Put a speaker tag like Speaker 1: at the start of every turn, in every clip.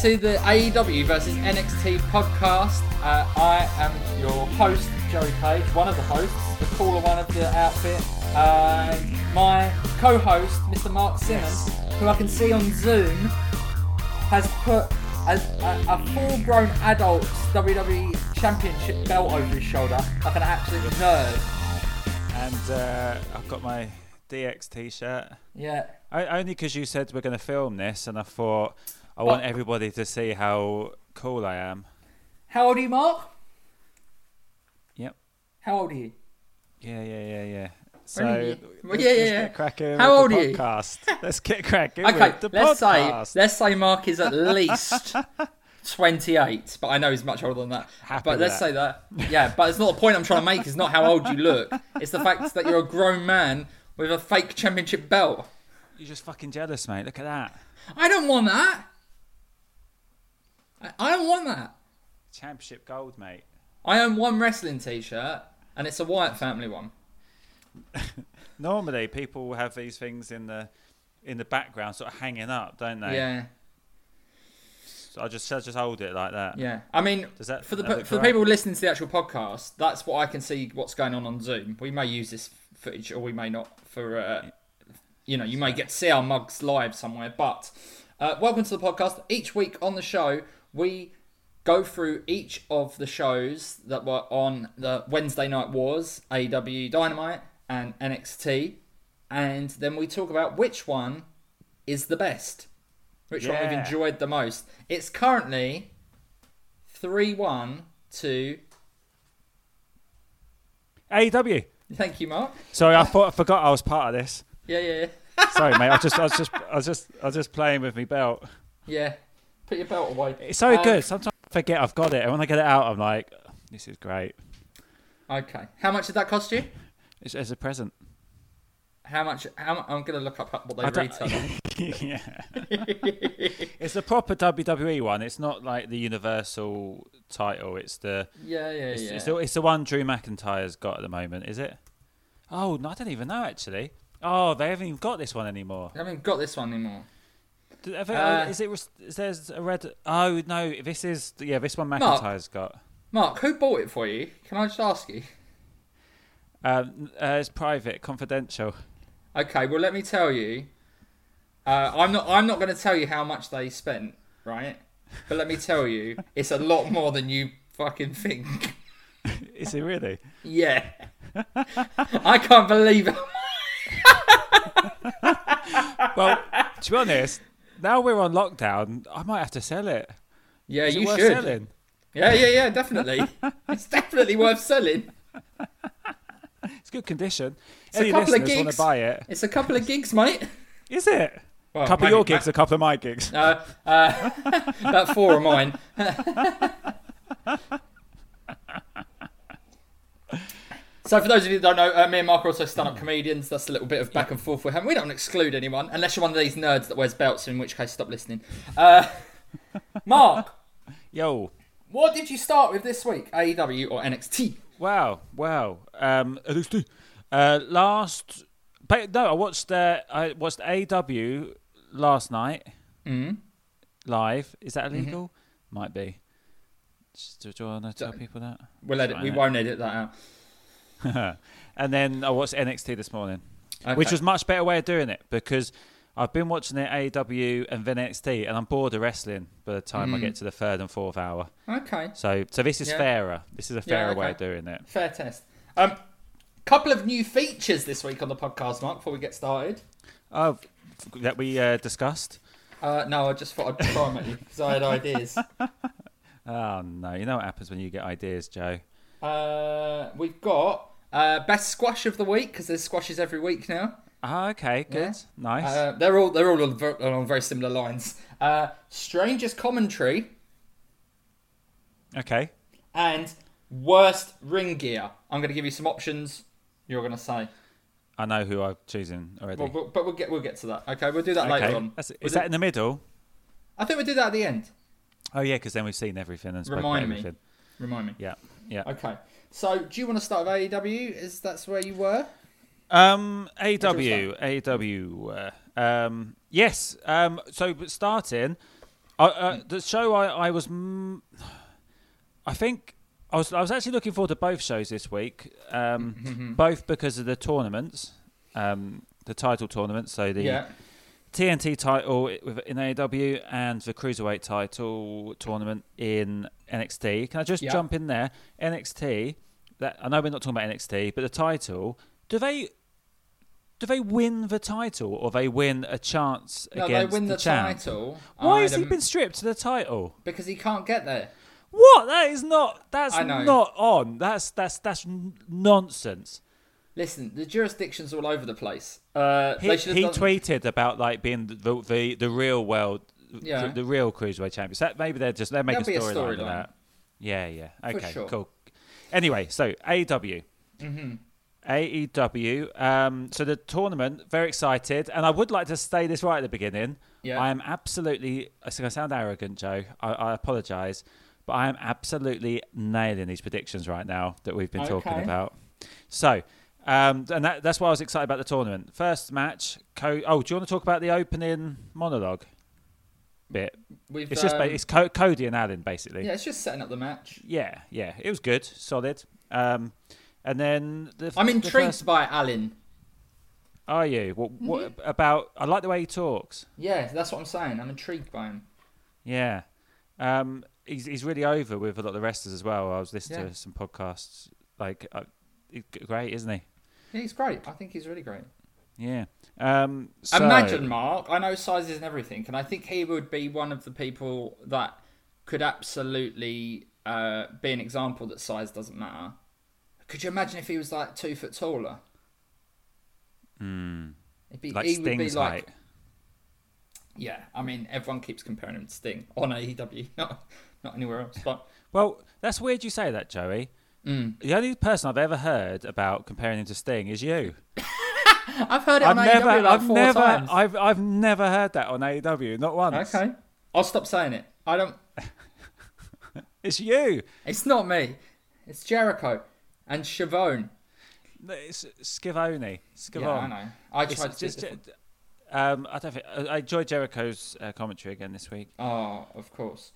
Speaker 1: to the AEW versus NXT podcast. Uh, I am your host, Joey Page, one of the hosts, the cooler one of the outfit. Uh, my co host, Mr. Mark Simmons, who I can see on Zoom, has put a, a, a full grown adult WWE Championship belt over his shoulder, like an absolute nerd.
Speaker 2: And uh, I've got my DX T-shirt.
Speaker 1: Yeah.
Speaker 2: I, only because you said we're going to film this, and I thought I want
Speaker 1: Well-
Speaker 2: everybody to see how cool I am.
Speaker 1: How old are you, Mark?
Speaker 2: Yep.
Speaker 1: How old are you?
Speaker 2: Yeah, yeah, yeah, yeah. So
Speaker 1: When are you- Well,
Speaker 2: let's-
Speaker 1: yeah, yeah,
Speaker 2: let's
Speaker 1: yeah.
Speaker 2: get cracking.
Speaker 1: How
Speaker 2: with
Speaker 1: old are
Speaker 2: the
Speaker 1: you?
Speaker 2: podcast. you? Let's get cracking.
Speaker 1: Okay,
Speaker 2: with the
Speaker 1: let's
Speaker 2: podcast.
Speaker 1: say let's say Mark is at least twenty-eight, but I know he's much older than that.
Speaker 2: Happy
Speaker 1: but
Speaker 2: with
Speaker 1: let's
Speaker 2: that.
Speaker 1: say that, yeah. But it's not the point I'm trying to make. Is not how old you look. It's the fact that you're a grown man with a fake championship belt.
Speaker 2: You're just fucking jealous, mate. Look at that
Speaker 1: I don't want that. I, I don't want that.
Speaker 2: championship gold, mate.
Speaker 1: I own one wrestling T-shirt, and it's a Wyatt family one.
Speaker 2: Normally, people will have these things in the in the background, sort of hanging up, don't they?
Speaker 1: Yeah,
Speaker 2: So I just I just hold it like that.
Speaker 1: yeah. I mean,
Speaker 2: Does that-
Speaker 1: for the
Speaker 2: that
Speaker 1: pe-
Speaker 2: look
Speaker 1: for the
Speaker 2: right?
Speaker 1: people listening to the actual podcast, that's what I can see. What's going on on Zoom? We may use this footage, or we may not. For uh, you know, you may get to see our mugs live somewhere. But uh, welcome to the podcast. Each week on the show, we go through each of the shows that were on the Wednesday Night Wars, AEW Dynamite, and NXT, and then we talk about which one is the best, which one we've
Speaker 2: Yeah.
Speaker 1: enjoyed the most. It's currently three one to.
Speaker 2: AEW.
Speaker 1: Thank you, Mark.
Speaker 2: Sorry, I thought I forgot I was part of this.
Speaker 1: Yeah, yeah, yeah.
Speaker 2: Sorry, mate. I was just I was just I was just I was just playing with my belt.
Speaker 1: Yeah. Put your belt away.
Speaker 2: It's so
Speaker 1: Um,
Speaker 2: good. Sometimes I forget I've got it, and when I get it out, I'm like, "This is great."
Speaker 1: Okay. How much did that cost you?
Speaker 2: It's as a present.
Speaker 1: How much? How mu- I'm gonna look up
Speaker 2: I
Speaker 1: what they
Speaker 2: don't-
Speaker 1: retail.
Speaker 2: yeah, it's the proper WWE one. It's not like the Universal title. It's the
Speaker 1: yeah, yeah,
Speaker 2: it's,
Speaker 1: yeah.
Speaker 2: it's the it's the one Drew McIntyre's got at the moment, is it? Oh, no, I don't even know actually. Oh, they haven't even got this one anymore.
Speaker 1: I haven't got this one anymore.
Speaker 2: Do- have they-
Speaker 1: Uh,
Speaker 2: is it? res- Is there's a red? Oh no, this is yeah. This one
Speaker 1: Mark.
Speaker 2: McIntyre's got.
Speaker 1: Mark, who bought it for you? Can I just ask you?
Speaker 2: Um, uh, it's private, confidential.
Speaker 1: Okay, well let me tell you. Uh, I'm not. I'm not going to tell you how much they spent, right? But let me tell you, it's a lot more than you fucking think.
Speaker 2: Is it really?
Speaker 1: Yeah. I can't believe it.
Speaker 2: Well, to be honest, now we're on lockdown, I might have to sell it.
Speaker 1: Yeah,
Speaker 2: Is it
Speaker 1: you
Speaker 2: worth
Speaker 1: should.
Speaker 2: selling?
Speaker 1: Yeah, yeah, yeah. Definitely. it's definitely worth selling.
Speaker 2: It's good condition.
Speaker 1: a
Speaker 2: Any
Speaker 1: couple of
Speaker 2: listeners want
Speaker 1: gigs.
Speaker 2: to buy it?
Speaker 1: It's a couple of gigs, mate.
Speaker 2: Is it?
Speaker 1: Well,
Speaker 2: a couple
Speaker 1: maybe-
Speaker 2: of your gigs, a couple of my gigs.
Speaker 1: Uh, uh, about four of mine. so, for those of you that don't know, uh, me and Mark are also stand-up comedians. That's a little bit of back and forth we're having. We don't exclude anyone, unless you're one of these nerds that wears belts, in which case, stop listening. Uh, Mark,
Speaker 2: Yo,
Speaker 1: what did you start with this week? AEW or NXT?
Speaker 2: wow, wow. Um, LSD. uh, last, but no, I watched uh, I watched AW last night
Speaker 1: Mm-hmm.
Speaker 2: live. Is that illegal? Might be. Just- Do you want to tell people that?
Speaker 1: We'll edit. We won't edit that out.
Speaker 2: and then I watched NXT this morning,
Speaker 1: Okay.
Speaker 2: which was much better way of doing it because I've been watching it AW and then NXT, and I'm bored of wrestling by the time I get to the third and fourth hour.
Speaker 1: Okay.
Speaker 2: So, so this is
Speaker 1: Hmm. Yeah.
Speaker 2: fairer. This is a
Speaker 1: Yeah,
Speaker 2: fairer way
Speaker 1: okay.
Speaker 2: of doing it.
Speaker 1: Fair test. Um, couple of new features this week on the podcast, Mark. Before we get started.
Speaker 2: Oh, that we uh, discussed.
Speaker 1: Uh, no, I just thought I'd try 'em at you because I had ideas.
Speaker 2: Oh no, you know what happens when you get ideas, Joe.
Speaker 1: Uh, we've got uh, best squash of the week because there's squashes every week now.
Speaker 2: Oh, okay, good,
Speaker 1: Yeah.
Speaker 2: nice.
Speaker 1: Uh, they're all they're all on, ver- along very similar lines. Uh, strangest commentary
Speaker 2: okay,
Speaker 1: and worst ring gear. I'm going to give you some options. You're going to say,
Speaker 2: I know who I'm choosing already.
Speaker 1: well, we'll- but we'll get we'll get to that. Okay, we'll do that
Speaker 2: okay,
Speaker 1: later on.
Speaker 2: That's-
Speaker 1: We'll
Speaker 2: is
Speaker 1: do-
Speaker 2: that in the middle?
Speaker 1: I think we'll do that at the end.
Speaker 2: Oh yeah, because then we've seen everything and spoken about
Speaker 1: Remind me.
Speaker 2: everything.
Speaker 1: Remind me.
Speaker 2: Yeah, yeah.
Speaker 1: Okay. So, do you want to start with AEW? Is that's where you were?
Speaker 2: Um,
Speaker 1: your
Speaker 2: AW, AW. Uh, um, yes. Um, so but starting, Uh, uh, the show I, I was, mm, I think I was I was actually looking forward to both shows this week, um, both because of the tournaments, um, the title tournament. So the
Speaker 1: Yeah.
Speaker 2: TNT title i- with- in AEW and the Cruiserweight title tournament in NXT. Can I just
Speaker 1: Yeah.
Speaker 2: jump in there? NXT. That I know we're not talking about NXT, but the title. Do they? Do they win the title, or they win a chance
Speaker 1: No, they
Speaker 2: against
Speaker 1: win the,
Speaker 2: the champ?
Speaker 1: title.
Speaker 2: Why
Speaker 1: I'd,
Speaker 2: has he
Speaker 1: um,
Speaker 2: been stripped to the title?
Speaker 1: Because he can't get there.
Speaker 2: What? That is not. That's
Speaker 1: I know.
Speaker 2: not on. That's that's that's n- nonsense.
Speaker 1: Listen, the jurisdiction's all over the place. Uh,
Speaker 2: He,
Speaker 1: they should have
Speaker 2: he
Speaker 1: done-
Speaker 2: tweeted about like being the the, the real world,
Speaker 1: Yeah.
Speaker 2: the, the real cruiserweight champions. That maybe they're just they're making
Speaker 1: There'll be a
Speaker 2: storyline of
Speaker 1: storyline.
Speaker 2: that. Yeah, yeah.
Speaker 1: For
Speaker 2: Okay,
Speaker 1: sure. Mm-hmm.
Speaker 2: cool. Anyway, so E AEW. AEW. E Um, so the tournament, very excited, and I would like to say this right at the beginning.
Speaker 1: Yeah.
Speaker 2: I am absolutely. It's going to sound arrogant, Joe. I, I apologize, but I am absolutely nailing these predictions right now that we've been talking
Speaker 1: Okay.
Speaker 2: about. So, um, and that, that's why I was excited about the tournament. First match. Co- oh, do you want to talk about the opening monologue bit?
Speaker 1: We've,
Speaker 2: It's just ba-
Speaker 1: um,
Speaker 2: it's Co- Cody and Allen basically.
Speaker 1: yeah, it's just setting up the match.
Speaker 2: Yeah, yeah, it was good, solid. Um, and then the,
Speaker 1: I'm
Speaker 2: the
Speaker 1: intrigued Mm-hmm.
Speaker 2: first-
Speaker 1: by Alan.
Speaker 2: are you? What, what about? I like the way he talks.
Speaker 1: Yeah, that's what I'm saying. I'm intrigued by him.
Speaker 2: Yeah, um, he's he's really over with a lot of the wrestlers as well. I was listening
Speaker 1: Yeah.
Speaker 2: to some podcasts. Like, uh, he's g- great, isn't he?
Speaker 1: Yeah, he's great. I think he's really great.
Speaker 2: Yeah. Um, so,
Speaker 1: Imagine Mark. I know sizes and everything, and I think he would be one of the people that could absolutely uh, be an example that size doesn't matter. Could you imagine if he was like two foot taller? It'd be,
Speaker 2: Hmm. like
Speaker 1: he would be
Speaker 2: Sting's
Speaker 1: like,
Speaker 2: height.
Speaker 1: yeah. I mean, everyone keeps comparing him to Sting on AEW, not not anywhere else. But
Speaker 2: Well, that's weird you say that, Joey.
Speaker 1: Mm.
Speaker 2: The only person I've ever heard about comparing him to Sting is you.
Speaker 1: I've heard it
Speaker 2: I've
Speaker 1: on
Speaker 2: never,
Speaker 1: AEW like
Speaker 2: I've
Speaker 1: four
Speaker 2: never,
Speaker 1: times.
Speaker 2: I've, I've never heard that on AEW, not once.
Speaker 1: Okay, I'll stop saying it. I don't.
Speaker 2: It's you.
Speaker 1: It's not me. It's Jericho and Shavone.
Speaker 2: No, It's Skivoni. Skivon.
Speaker 1: Yeah, I know. I
Speaker 2: It's
Speaker 1: tried to.
Speaker 2: just-
Speaker 1: do it.
Speaker 2: um, I don't think I I enjoyed Jericho's uh, commentary again this week.
Speaker 1: Oh, of course.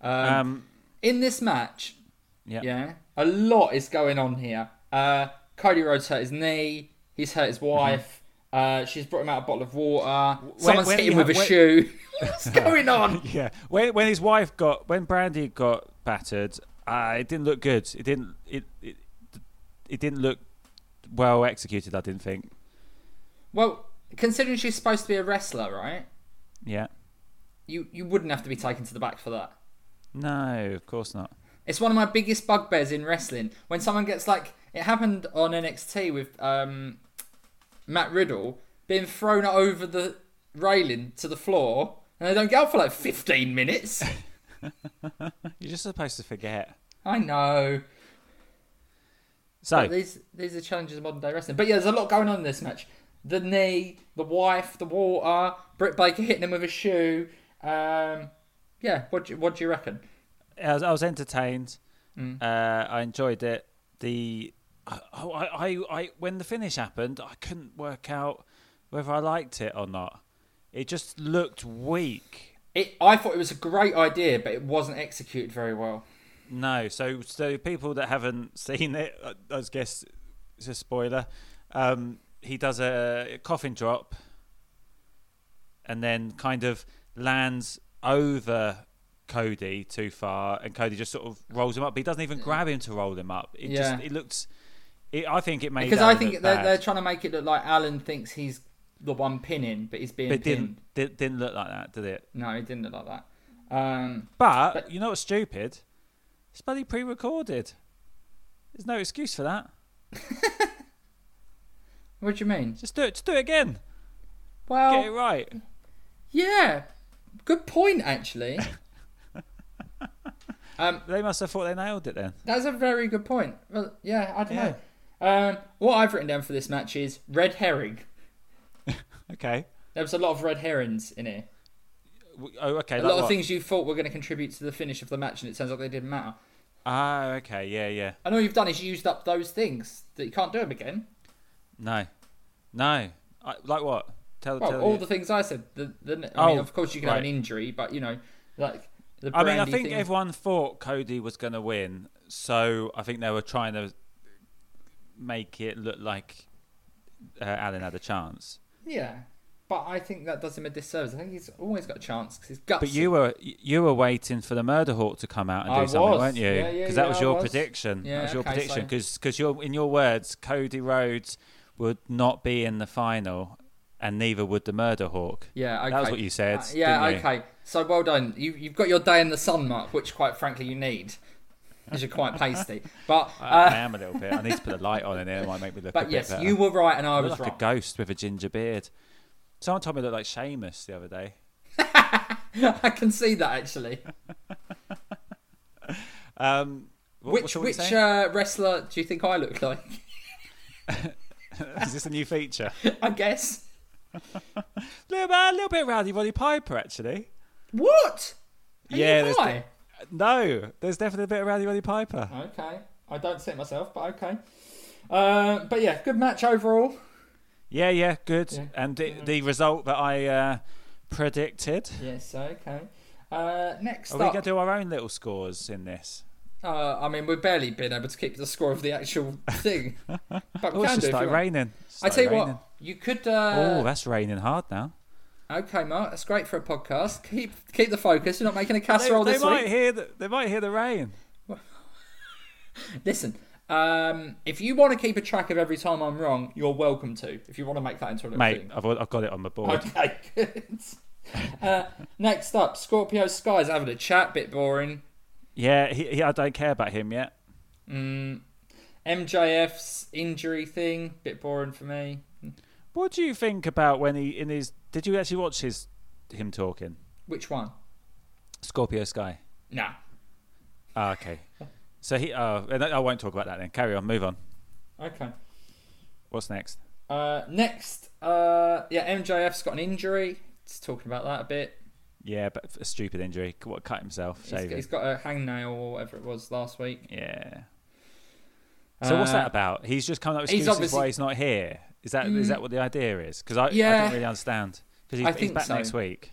Speaker 1: Um,
Speaker 2: Um,
Speaker 1: in this match,
Speaker 2: yeah.
Speaker 1: yeah, a lot is going on here. Uh, Cody Rhodes hurt his knee. He's hurt his
Speaker 2: Mm-hmm.
Speaker 1: wife. Uh, she's brought him out a bottle of water. Someone's
Speaker 2: when
Speaker 1: hit him
Speaker 2: you
Speaker 1: with a
Speaker 2: have- when-
Speaker 1: shoe. What's going on?
Speaker 2: Um, Yeah. When when his wife got when Brandy got battered, uh, it didn't look good. It didn't it, it it didn't look well executed. I didn't think.
Speaker 1: Well, considering she's supposed to be a wrestler, right?
Speaker 2: Yeah.
Speaker 1: You you wouldn't have to be taken to the back for that.
Speaker 2: No, of course not.
Speaker 1: It's one of my biggest bugbears in wrestling when someone gets like it happened on NXT with um, Matt Riddle being thrown over the railing to the floor and they don't get up for like 15 minutes.
Speaker 2: You're just supposed to forget.
Speaker 1: I know.
Speaker 2: So
Speaker 1: But these these are challenges of modern day wrestling. But yeah, there's a lot going on in this match. The knee, the wife, the water, Britt Baker hitting him with a shoe. Um, yeah, what do, you- what do you reckon?
Speaker 2: I was, I was entertained. Uh, I enjoyed it. The I, I, I, I when the finish happened, I couldn't work out whether I liked it or not. It just looked weak.
Speaker 1: It, I thought it was a great idea, but it wasn't executed very well.
Speaker 2: No, so so people that haven't seen it, I, I guess it's a spoiler. Um, he does a coffin drop, and then kind of lands over Cody too far, and Cody just sort of rolls him up. But he doesn't even grab him to roll him up. It
Speaker 1: Yeah.
Speaker 2: just it looks. It, I think it made
Speaker 1: Because
Speaker 2: Alan
Speaker 1: I think
Speaker 2: look
Speaker 1: they're,
Speaker 2: bad,
Speaker 1: they're trying to make it look like Alan thinks he's the one pinning, but he's being
Speaker 2: but it
Speaker 1: pinned.
Speaker 2: didn't did, didn't look like that, did it?
Speaker 1: No, he didn't look like that. Um,
Speaker 2: But, you know what's stupid? It's bloody pre-recorded. There's no excuse for that.
Speaker 1: what do you mean?
Speaker 2: Just do it. Just do it again. Get it
Speaker 1: Well,
Speaker 2: right.
Speaker 1: yeah, good point actually.
Speaker 2: They must have thought they nailed it then.
Speaker 1: That's a very good point. Well, yeah, I don't
Speaker 2: Yeah.
Speaker 1: know. Um, what I've written down for this match is red herring.
Speaker 2: Okay.
Speaker 1: There was a lot of red herrings in here.
Speaker 2: W- Oh, okay.
Speaker 1: A lot of things you thought were going to contribute to the finish of the match, and it turns out they didn't matter.
Speaker 2: Ah, okay. Yeah, yeah.
Speaker 1: And all you've done is used up those things that you can't do them again.
Speaker 2: No, no. I, like what? Tell,
Speaker 1: Well,
Speaker 2: tell
Speaker 1: all
Speaker 2: you.
Speaker 1: the things I said. The, the, I mean,
Speaker 2: Oh,
Speaker 1: of course, you can have
Speaker 2: right.
Speaker 1: an injury, but you know, Like the
Speaker 2: I mean, I
Speaker 1: brandy
Speaker 2: think
Speaker 1: thing.
Speaker 2: everyone thought Cody was going to win, so I think they were trying to make it look like uh, Alan had a chance.
Speaker 1: Yeah, but I think that does him a disservice. I think he's always got a chance because he's gutsy.
Speaker 2: But you were you were waiting for the murder hawk to come out and do
Speaker 1: I
Speaker 2: something,
Speaker 1: was.
Speaker 2: weren't you?
Speaker 1: Yeah, yeah,
Speaker 2: that
Speaker 1: yeah,
Speaker 2: was
Speaker 1: I
Speaker 2: your
Speaker 1: was.
Speaker 2: prediction.
Speaker 1: Yeah,
Speaker 2: that was your
Speaker 1: okay,
Speaker 2: prediction
Speaker 1: so-
Speaker 2: because your in your words, Cody Rhodes would not be in the final, and neither would the murder hawk.
Speaker 1: Yeah, okay.
Speaker 2: That was what you said,
Speaker 1: Uh, yeah,
Speaker 2: didn't you?
Speaker 1: okay. So well done. You, you've got your day in the sun, Mark, which quite frankly you need, as you're quite pasty. But
Speaker 2: I, I
Speaker 1: uh,
Speaker 2: am a little bit. I need to put a light on in here. It might make me look. a
Speaker 1: but
Speaker 2: bit
Speaker 1: yes,
Speaker 2: better.
Speaker 1: you were right and I
Speaker 2: I look
Speaker 1: was
Speaker 2: like
Speaker 1: wrong.
Speaker 2: a ghost with a ginger beard. Someone told me I looked like Seamus the other day.
Speaker 1: I can see that actually.
Speaker 2: Um, what,
Speaker 1: which which uh, wrestler do you think I look like? uh,
Speaker 2: is this a new feature?
Speaker 1: I guess.
Speaker 2: little bit, a little bit Rowdy Roddy Piper actually.
Speaker 1: What? Are you
Speaker 2: Yeah, there's
Speaker 1: high?
Speaker 2: No, there's definitely a bit of Rowdy Roddy Piper.
Speaker 1: Okay. I don't see it myself, but okay. Uh, but yeah, good match overall.
Speaker 2: Yeah, yeah, good.
Speaker 1: Yeah. Mm-hmm.
Speaker 2: And the, the result that I uh, predicted.
Speaker 1: Yes, okay. Uh, next
Speaker 2: Are we
Speaker 1: up,
Speaker 2: going to do our own little scores in this?
Speaker 1: uh, I mean, we've barely been able to keep the score of the actual thing, but
Speaker 2: Oh,
Speaker 1: we can do.
Speaker 2: it's just
Speaker 1: if you
Speaker 2: started
Speaker 1: want.
Speaker 2: raining. It's
Speaker 1: I tell you
Speaker 2: started
Speaker 1: what,
Speaker 2: raining.
Speaker 1: you could.
Speaker 2: oh,
Speaker 1: Uh,
Speaker 2: that's raining hard now.
Speaker 1: okay, Mark, that's great for a podcast. Keep keep the focus. You're not making a
Speaker 2: They,
Speaker 1: casserole
Speaker 2: they
Speaker 1: this
Speaker 2: might
Speaker 1: week.
Speaker 2: hear the, they might hear the rain.
Speaker 1: Listen, um, if you want to keep a track of every time I'm wrong, you're welcome to. If you want to make that into a little
Speaker 2: Mate,
Speaker 1: thing.
Speaker 2: I've, al- I've got it on my board.
Speaker 1: Okay, good. Uh, next up, Scorpio Sky's having a chat, bit boring.
Speaker 2: Yeah, he, he, I don't care about him yet.
Speaker 1: Mm, MJF's injury thing, bit boring for me.
Speaker 2: What do you think about when he in his? Did you actually watch his him talking?
Speaker 1: Which one?
Speaker 2: Scorpio Sky.
Speaker 1: Nah.
Speaker 2: Ah, okay. So he. Oh, and I I won't talk about that then. Carry on. Move on.
Speaker 1: Okay.
Speaker 2: What's next?
Speaker 1: Uh, next, uh, yeah, MJF's got an injury. Just talking about that a bit.
Speaker 2: Yeah, but a stupid injury. C- What cut himself?
Speaker 1: He's,
Speaker 2: Shaving.
Speaker 1: he's got a hangnail or whatever it was last week.
Speaker 2: Yeah. So what's
Speaker 1: Uh,
Speaker 2: that about? He's just coming up with
Speaker 1: he's
Speaker 2: excuses
Speaker 1: obviously-
Speaker 2: why he's not here. Is that is
Speaker 1: Mm.
Speaker 2: that what the idea is? Because I, I
Speaker 1: Yeah.
Speaker 2: don't really understand. Because
Speaker 1: I
Speaker 2: he's, he's
Speaker 1: think
Speaker 2: back
Speaker 1: so.
Speaker 2: next week.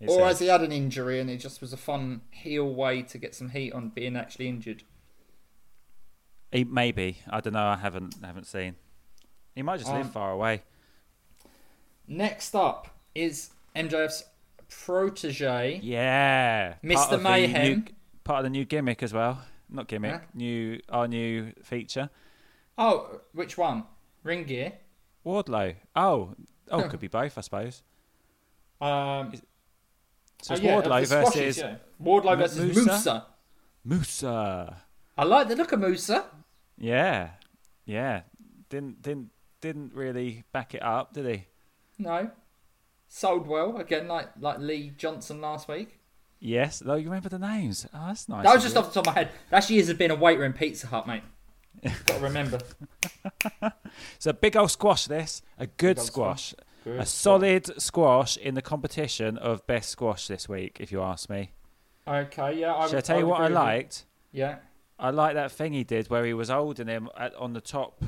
Speaker 2: it
Speaker 1: Or
Speaker 2: says.
Speaker 1: as he had an injury and it just was a fun heel way to get some heat on being actually injured.
Speaker 2: He, maybe I don't know. I haven't haven't seen. He might just live
Speaker 1: Um,
Speaker 2: far away.
Speaker 1: Next up is MJF's protege.
Speaker 2: Yeah,
Speaker 1: Mr.
Speaker 2: Part of the
Speaker 1: Mayhem.
Speaker 2: new- part of the new gimmick as well. Not gimmick.
Speaker 1: Huh?
Speaker 2: New our new feature.
Speaker 1: Oh, which one? Ring gear.
Speaker 2: Wardlow. Oh, oh, could be both, I suppose.
Speaker 1: Um,
Speaker 2: So
Speaker 1: oh,
Speaker 2: it's
Speaker 1: yeah, of
Speaker 2: Wardlow
Speaker 1: the squashes,
Speaker 2: versus
Speaker 1: yeah. Wardlow
Speaker 2: M-
Speaker 1: versus Musa.
Speaker 2: Musa. Musa.
Speaker 1: I like the look of Musa.
Speaker 2: Yeah, yeah. Didn't didn't didn't really back it up, did he?
Speaker 1: No, sold well again, like like Lee Johnson last week.
Speaker 2: Yes. Though you remember the names. Oh, that's nice.
Speaker 1: That was
Speaker 2: of
Speaker 1: just
Speaker 2: you.
Speaker 1: off the top of my head. That years has been a waiter in Pizza Hut, mate. Got to remember.
Speaker 2: It's a big old squash. This a good
Speaker 1: old
Speaker 2: squash.
Speaker 1: squash. Good
Speaker 2: A
Speaker 1: one.
Speaker 2: solid squash in the competition of best squash this week, if you ask me.
Speaker 1: Okay, yeah. I
Speaker 2: Shall I
Speaker 1: would-
Speaker 2: tell you
Speaker 1: would
Speaker 2: what I
Speaker 1: agree with
Speaker 2: liked?
Speaker 1: Yeah,
Speaker 2: I like that thing he did where he was holding him at, on the top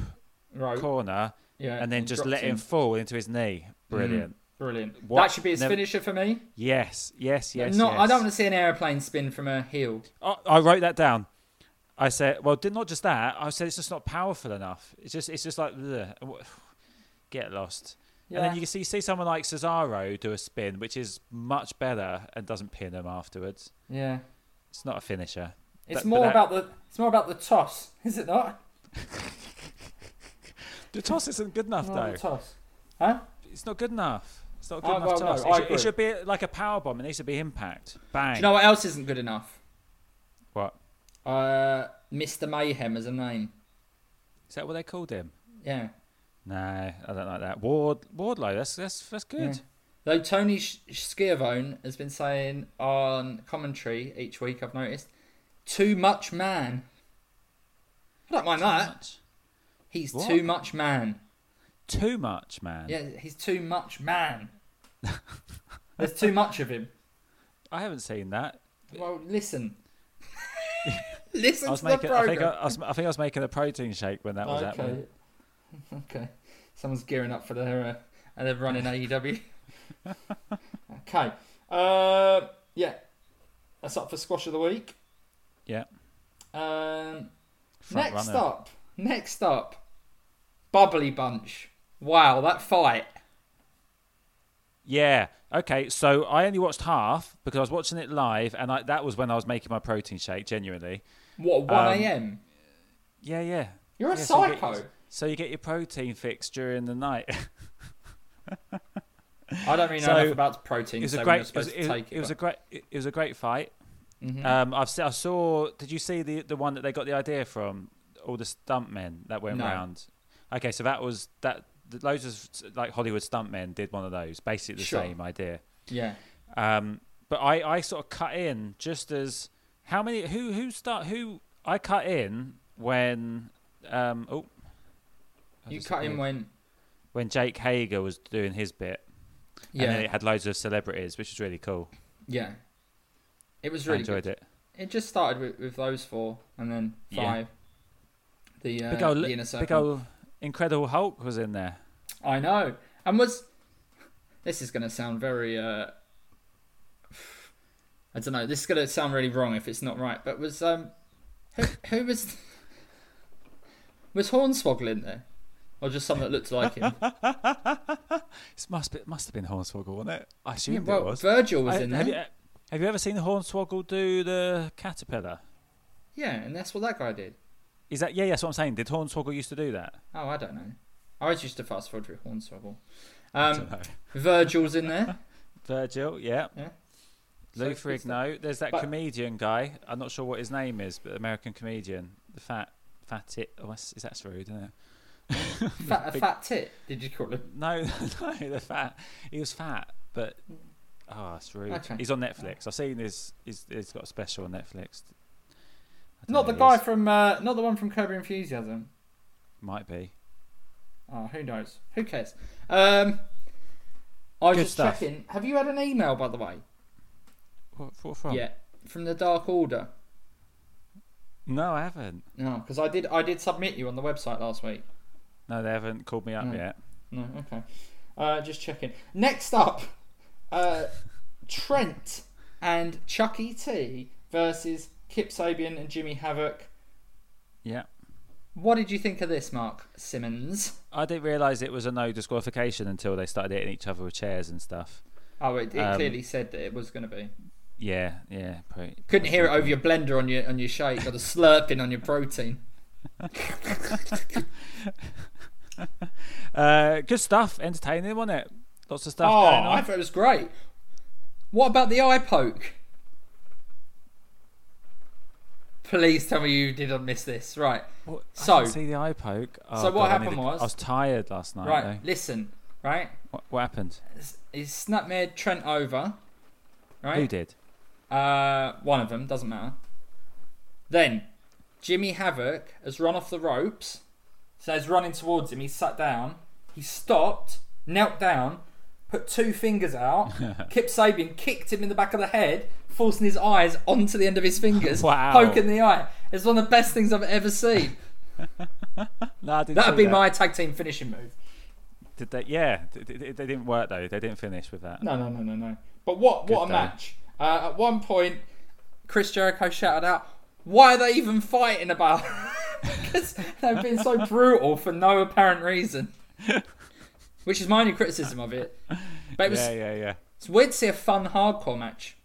Speaker 1: right.
Speaker 2: corner
Speaker 1: Yeah,
Speaker 2: and then just
Speaker 1: dropped Mm.
Speaker 2: let him fall into his knee. Brilliant.
Speaker 1: Brilliant.
Speaker 2: What-
Speaker 1: That should be his
Speaker 2: Never-
Speaker 1: finisher for me.
Speaker 2: Yes, yes, yes.
Speaker 1: Not,
Speaker 2: yes.
Speaker 1: I don't want to see an airplane spin from a heel.
Speaker 2: I, I wrote that down. I said, well, did not just that. I said it's just not powerful enough. It's just, it's just like, bleh, w- get lost. And
Speaker 1: Yeah.
Speaker 2: then you can see, see someone like Cesaro do a spin, which is much better and doesn't pin him afterwards.
Speaker 1: Yeah,
Speaker 2: It's not a finisher.
Speaker 1: it's
Speaker 2: That- but
Speaker 1: more
Speaker 2: that-
Speaker 1: about the it's more about the toss, is it not?
Speaker 2: The toss isn't good enough
Speaker 1: More
Speaker 2: though.
Speaker 1: the toss, huh?
Speaker 2: It's not good enough. It's not a good
Speaker 1: Oh,
Speaker 2: enough
Speaker 1: well, no,
Speaker 2: toss.
Speaker 1: I
Speaker 2: it, should,
Speaker 1: agree.
Speaker 2: it should be like a power bomb. It needs to be impact. Bang.
Speaker 1: Do you know what else isn't good enough?
Speaker 2: what?
Speaker 1: Uh, Mr. Mayhem as a name.
Speaker 2: Is that what they called him?
Speaker 1: Yeah.
Speaker 2: No, I don't like that. Ward Wardlow. That's that's that's good.
Speaker 1: Yeah. Though Tony Sh- Schiavone has been saying on commentary each week, I've noticed, too much man. I don't mind that.
Speaker 2: Much.
Speaker 1: He's
Speaker 2: What?
Speaker 1: too much man.
Speaker 2: Too much, man.
Speaker 1: Yeah, he's too much man. There's too much of him.
Speaker 2: I haven't seen that.
Speaker 1: Well, listen. listen
Speaker 2: I was
Speaker 1: to the
Speaker 2: making. I think I,
Speaker 1: program.
Speaker 2: I was, I think I was making a protein shake when that was happening.
Speaker 1: Okay. Someone's gearing up for their uh, E and they're running AEW. okay. Uh, yeah. That's up for squash of the week.
Speaker 2: Yeah.
Speaker 1: Um,
Speaker 2: Front
Speaker 1: next
Speaker 2: runner.
Speaker 1: up, next up, Bubbly Bunch. Wow, that fight.
Speaker 2: Yeah. Okay. So I only watched half because I was watching it live, and I, that was when I was making my protein shake. Genuinely.
Speaker 1: What,
Speaker 2: Um,
Speaker 1: 1 a.m.?
Speaker 2: Yeah. Yeah.
Speaker 1: You're a
Speaker 2: Yeah, so you get-
Speaker 1: psycho.
Speaker 2: So you get your protein fix during the night.
Speaker 1: I don't really know
Speaker 2: So,
Speaker 1: enough about protein,
Speaker 2: it was
Speaker 1: so
Speaker 2: a
Speaker 1: we're
Speaker 2: great.
Speaker 1: not
Speaker 2: It was,
Speaker 1: supposed
Speaker 2: it was-
Speaker 1: to take it.
Speaker 2: it was a
Speaker 1: but- Mm-hmm.
Speaker 2: great. It it was a great fight. Um, I've se- I saw. Did you see the the one that they got the idea from? All the stuntmen that went
Speaker 1: No.
Speaker 2: round. Okay, so that was that. th- Loads of like Hollywood stuntmen did one of those. Basically the
Speaker 1: Sure.
Speaker 2: same idea.
Speaker 1: yeah.
Speaker 2: Um, but I, I sort of cut in just as how many who who start who I cut in when um oh I
Speaker 1: You
Speaker 2: just-
Speaker 1: cut in when.
Speaker 2: when Jake Hager was doing his bit. And then
Speaker 1: Yeah.
Speaker 2: it had loads of celebrities, which was really cool.
Speaker 1: Yeah. It was really
Speaker 2: I enjoyed
Speaker 1: good.
Speaker 2: it.
Speaker 1: It. just started with, with those four and then
Speaker 2: Yeah.
Speaker 1: five. The, uh,
Speaker 2: Big old,
Speaker 1: the inner circle.
Speaker 2: big old Incredible Hulk was in there.
Speaker 1: I know. And was this is going to sound very uh I don't know. This is going to sound really wrong if it's not right, but was um who, who was was Hornswoggle in there? Or just someone that looked like him.
Speaker 2: It must be, must have been Hornswoggle, wasn't it? I
Speaker 1: Yeah,
Speaker 2: assumed
Speaker 1: well,
Speaker 2: it was.
Speaker 1: Virgil was
Speaker 2: I-
Speaker 1: in
Speaker 2: have,
Speaker 1: there.
Speaker 2: you, have you ever seen Hornswoggle do the caterpillar?
Speaker 1: Yeah, and that's what that guy did.
Speaker 2: Is that yeah? yeah, That's what I'm saying. Did Hornswoggle used to do that?
Speaker 1: Oh, I don't know. I always used to fast forward through Hornswoggle.
Speaker 2: I don't
Speaker 1: Um,
Speaker 2: know.
Speaker 1: Virgil's in there.
Speaker 2: Virgil, yeah.
Speaker 1: Yeah.
Speaker 2: Lou
Speaker 1: So it's
Speaker 2: Ferrigno. There's that
Speaker 1: but-
Speaker 2: comedian guy. I'm not sure what his name is, but American comedian. The fat, fat it. Oh, that's, is that rude, isn't it?
Speaker 1: Fat, a fat tit, did you call him?
Speaker 2: No, no, the fat. He was fat, but oh, that's rude.
Speaker 1: Okay.
Speaker 2: He's on Netflix. I've seen his. He's, he's got a special on Netflix.
Speaker 1: Not
Speaker 2: I don't know
Speaker 1: the
Speaker 2: who he
Speaker 1: guy
Speaker 2: is.
Speaker 1: from, uh, not the one from Kirby Enthusiasm.
Speaker 2: Might be.
Speaker 1: Oh, who knows? Who cares? Um, I was
Speaker 2: Good
Speaker 1: just
Speaker 2: stuff.
Speaker 1: checking. Have you had an email, by the way?
Speaker 2: What, what from?
Speaker 1: Yeah, from the Dark Order.
Speaker 2: No, I haven't.
Speaker 1: No, because I did. I did submit you on the website last week.
Speaker 2: No, they haven't called me up
Speaker 1: No.
Speaker 2: yet.
Speaker 1: No, okay. Uh, just checking. Next up, uh, Trent and Chucky T versus Kip Sabian and Jimmy Havoc.
Speaker 2: Yeah.
Speaker 1: What did you think of this, Mark Simmons?
Speaker 2: I didn't realise it was a no disqualification until they started hitting each other with chairs and stuff.
Speaker 1: Oh, it, it
Speaker 2: Um,
Speaker 1: clearly said that it was going to be.
Speaker 2: Yeah, yeah. Pretty,
Speaker 1: Couldn't hear it over your blender on your on your shake or the slurping on your protein.
Speaker 2: Uh, good stuff. Entertaining, wasn't it? Lots of stuff
Speaker 1: Oh,
Speaker 2: going on.
Speaker 1: I thought it was great. What about the eye poke? Please tell me you didn't miss this. Right,
Speaker 2: What- I
Speaker 1: So-
Speaker 2: didn't see the eye poke. Oh,
Speaker 1: So what
Speaker 2: God, I
Speaker 1: happened
Speaker 2: needed-
Speaker 1: was-
Speaker 2: I was tired last night.
Speaker 1: right.
Speaker 2: Right.
Speaker 1: Listen, right.
Speaker 2: What, what happened?
Speaker 1: He snapmared Trent over.
Speaker 2: Who
Speaker 1: Right.
Speaker 2: did?
Speaker 1: Uh, one of them doesn't matter. Then Jimmy Havoc has run off the ropes. So he's running towards him. He's sat down. He stopped, knelt down, put two fingers out. Kip Sabian kicked him in the back of the head, forcing his eyes onto the end of his fingers,
Speaker 2: Wow.
Speaker 1: poking the eye. It's one of the best things I've ever seen.
Speaker 2: No, I didn't.
Speaker 1: That'd
Speaker 2: see
Speaker 1: be
Speaker 2: that.
Speaker 1: my tag team finishing move.
Speaker 2: Did they? Yeah, they, they didn't work though. They didn't finish with that.
Speaker 1: No, no, no, no, no. But what what
Speaker 2: Good
Speaker 1: a
Speaker 2: day.
Speaker 1: match! Uh, at one point, Chris Jericho shouted out, "Why are they even fighting about?" Because they've been so brutal for no apparent reason. Which is my only criticism of it. But it was,
Speaker 2: Yeah, yeah, yeah.
Speaker 1: it's weird to see a fun hardcore match.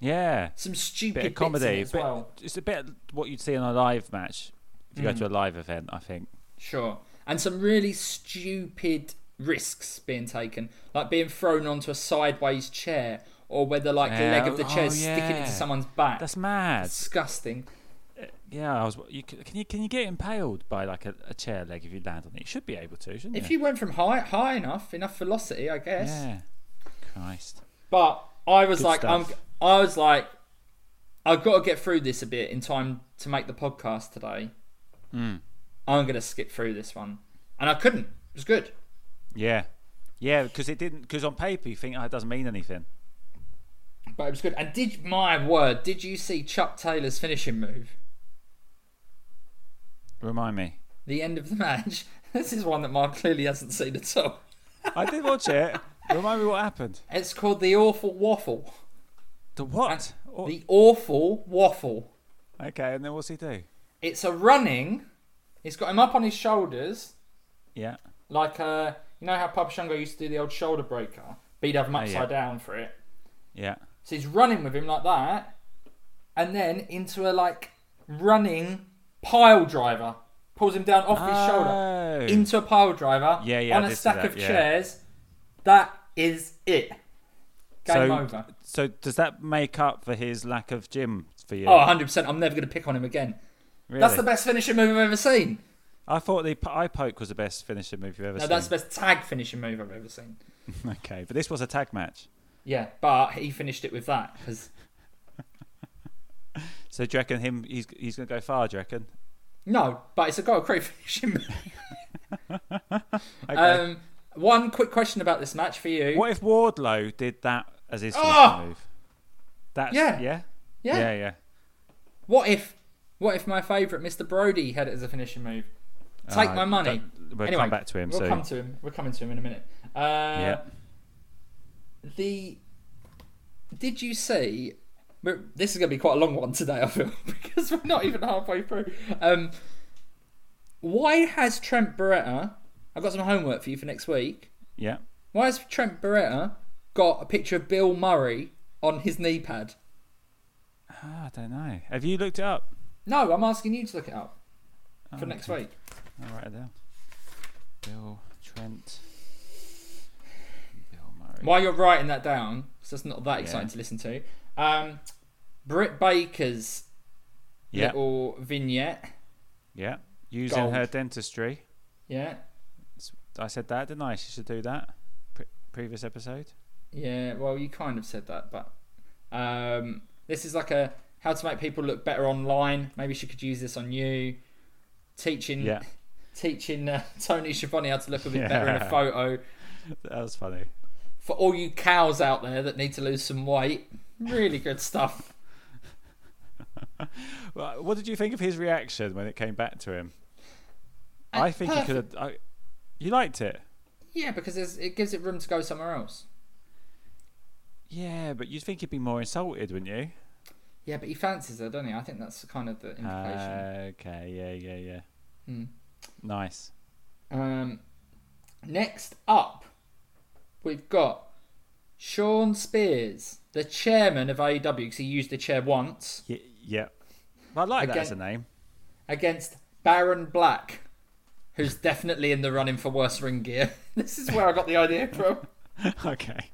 Speaker 2: Yeah,
Speaker 1: Some stupid
Speaker 2: bit of
Speaker 1: bits
Speaker 2: comedy.
Speaker 1: in it as
Speaker 2: bit-
Speaker 1: well. Mm.
Speaker 2: It's a bit what you'd see in a live match if you go to a live event. I think.
Speaker 1: Sure, and some really stupid risks being taken, like being thrown onto a sideways chair, or whether like the
Speaker 2: Yeah,
Speaker 1: leg of the
Speaker 2: oh,
Speaker 1: chair is sticking
Speaker 2: yeah.
Speaker 1: into someone's back.
Speaker 2: That's mad.
Speaker 1: disgusting.
Speaker 2: Yeah, I was. You, c- can you can you get impaled by like a, a chair leg if you land on it? You should be able to, shouldn't
Speaker 1: If
Speaker 2: you?
Speaker 1: you went from high high enough, enough velocity, I guess.
Speaker 2: Yeah. Christ.
Speaker 1: But I was
Speaker 2: Good
Speaker 1: like, I'm,
Speaker 2: stuff.
Speaker 1: I was like, I've got to get through this a bit in time to make the podcast today.
Speaker 2: Hmm.
Speaker 1: I'm gonna skip through this one, and I couldn't. It was good.
Speaker 2: Yeah. Yeah, because it didn't. Because on paper you think oh, it doesn't mean anything.
Speaker 1: But it was good. And did my word? Did you see Chuck Taylor's finishing move?
Speaker 2: Remind me.
Speaker 1: The end of the match. This is one that Mark clearly hasn't seen at all.
Speaker 2: I did watch it. Remind me what happened.
Speaker 1: It's called the awful waffle.
Speaker 2: The what? Or-
Speaker 1: The awful waffle.
Speaker 2: Okay, and then what's he do?
Speaker 1: It's a running. It's got him up on his shoulders,
Speaker 2: Yeah.
Speaker 1: like uh, you know how Papa Shango used to do the old shoulder breaker, but he'd have him
Speaker 2: Oh, yeah.
Speaker 1: upside down for it.
Speaker 2: Yeah.
Speaker 1: So he's running with him like that, and then into a like running pile driver, pulls him down off his shoulder
Speaker 2: Oh.
Speaker 1: into a pile driver
Speaker 2: Yeah, yeah, I
Speaker 1: on
Speaker 2: did
Speaker 1: a
Speaker 2: see
Speaker 1: stack
Speaker 2: that,
Speaker 1: of
Speaker 2: yeah.
Speaker 1: chairs. That is it. Game
Speaker 2: so,
Speaker 1: over.
Speaker 2: So does that make up for his lack of gym for you?
Speaker 1: Oh, 100%. I'm never going to pick on him again.
Speaker 2: really?
Speaker 1: That's the best finishing move I've ever seen.
Speaker 2: I thought the p- eye poke was the best finishing move you've ever
Speaker 1: No,
Speaker 2: seen.
Speaker 1: that's the best tag finishing move I've ever seen.
Speaker 2: okay, but this was a tag match.
Speaker 1: Yeah, but he finished it with that because
Speaker 2: So do you reckon him? He's he's gonna go far. Do you reckon?
Speaker 1: no, but it's a goal crew finishing move.
Speaker 2: Okay.
Speaker 1: Um, one quick question about this match for you.
Speaker 2: what if Wardlow did that as his finishing
Speaker 1: Oh!
Speaker 2: move? That's
Speaker 1: Yeah.
Speaker 2: yeah.
Speaker 1: Yeah.
Speaker 2: Yeah. Yeah.
Speaker 1: What if? What if my favourite Mr. Brody had it as a finishing move? Take
Speaker 2: Uh,
Speaker 1: my money.
Speaker 2: don't- We'll
Speaker 1: anyway,
Speaker 2: come back to him
Speaker 1: We'll
Speaker 2: soon.
Speaker 1: come to him. We're coming to him in a minute. Uh,
Speaker 2: yeah.
Speaker 1: The did you see? we're- This is going to be quite a long one today, I feel, because we're not even halfway through. Um, why has Trent Beretta? I've got some homework for you for next week.
Speaker 2: Yeah.
Speaker 1: Why has Trent Beretta got a picture of Bill Murray on his knee pad?
Speaker 2: Ah, I don't know. Have you looked it up?
Speaker 1: No, I'm asking you to look it up for
Speaker 2: Oh,
Speaker 1: next week.
Speaker 2: I'll write it down. Bill Trent. Bill Murray.
Speaker 1: While you're writing that down, so it's not that exciting
Speaker 2: Yeah.
Speaker 1: to listen to. Um, Britt Baker's
Speaker 2: Yeah.
Speaker 1: little vignette.
Speaker 2: Yeah. Using
Speaker 1: Gold.
Speaker 2: her dentistry.
Speaker 1: Yeah,
Speaker 2: S- I said that, didn't I? She should do that. Pre- previous episode.
Speaker 1: yeah. Well, you kind of said that, but um, this is like a how to make people look better online. Maybe she could use this on you. Teaching,
Speaker 2: Yeah.
Speaker 1: teaching uh, Tony Schiavone how to look a bit
Speaker 2: Yeah.
Speaker 1: better in a photo.
Speaker 2: That was funny.
Speaker 1: for all you cows out there that need to lose some weight, really good stuff.
Speaker 2: Well, what did you think of his reaction when it came back to him?
Speaker 1: Uh,
Speaker 2: I think he could have. You liked it.
Speaker 1: Yeah, because there's, it gives it room to go somewhere else.
Speaker 2: Yeah, but you'd think he'd be more insulted, wouldn't you?
Speaker 1: Yeah, but he fancies her, doesn't he? I think that's kind of the implication.
Speaker 2: Uh, okay, yeah, yeah, yeah.
Speaker 1: Hmm.
Speaker 2: Nice.
Speaker 1: Um, next up, we've got Sean Spears, the chairman of AEW, because he used the chair once,
Speaker 2: Y- yeah. I like that
Speaker 1: Again-
Speaker 2: as a name.
Speaker 1: against Baron Black, who's definitely in the running for worse ring gear. this is where I got the idea from.
Speaker 2: okay.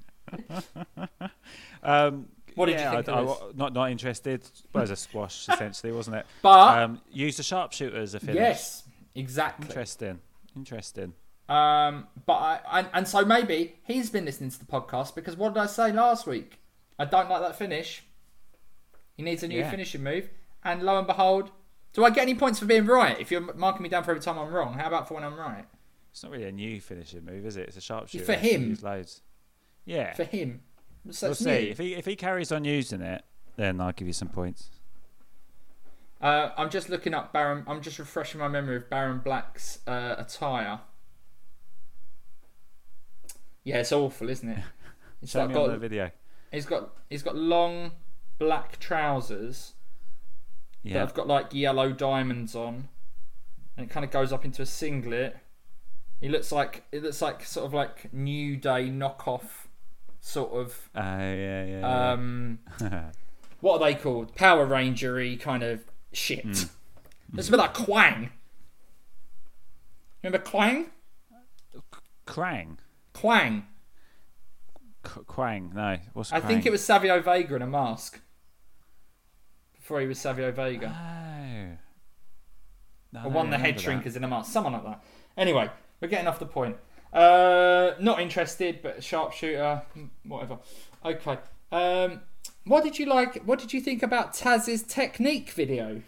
Speaker 2: um,
Speaker 1: What did you
Speaker 2: yeah,
Speaker 1: think
Speaker 2: I,
Speaker 1: of
Speaker 2: I- not not interested. Well, it was a squash essentially, wasn't it?
Speaker 1: But-
Speaker 2: um, use the sharpshooter as a finish.
Speaker 1: Yes, exactly.
Speaker 2: Interesting. Interesting.
Speaker 1: Um, but I, and, and so maybe he's been listening to the podcast because what did I say last week? I don't like that finish. He needs a new
Speaker 2: Yeah.
Speaker 1: finishing move. And lo and behold, do I get any points for being right? If you're marking me down for every time I'm wrong, how about for when I'm right?
Speaker 2: It's not really a new finishing move, is it? It's a sharpshooter.
Speaker 1: For him.
Speaker 2: Use loads. Yeah.
Speaker 1: For him, so
Speaker 2: we'll
Speaker 1: it's
Speaker 2: see.
Speaker 1: new.
Speaker 2: If he if he carries on using it, then I'll give you some points.
Speaker 1: Uh, I'm just looking up Baron. I'm just refreshing my memory of Baron Black's uh, attire. Yeah, it's awful, isn't it? It's
Speaker 2: Show
Speaker 1: like
Speaker 2: me
Speaker 1: got
Speaker 2: on the video.
Speaker 1: He's got he's got long black trousers that
Speaker 2: Yeah.
Speaker 1: have got like yellow diamonds on, and it kind of goes up into a singlet. He looks like it looks like sort of like New Day knockoff, sort of
Speaker 2: Oh yeah, yeah. yeah.
Speaker 1: um, what are they called? Power Rangery kind of shit.
Speaker 2: Mm.
Speaker 1: It's a bit like Quang. Remember Quang?
Speaker 2: Krang.
Speaker 1: Quang.
Speaker 2: K- Quang. No. What's
Speaker 1: I think
Speaker 2: Krang?
Speaker 1: it was Savio Vega in a mask. Before he was Savio Vega.
Speaker 2: Oh. No,
Speaker 1: I won the head
Speaker 2: remember
Speaker 1: shrinkers in a mask, someone like that. Anyway, we're getting off the point. Uh, not interested, but sharpshooter, mm, whatever. Okay. Um, what did you like? What did you think about Taz's technique video?
Speaker 2: that.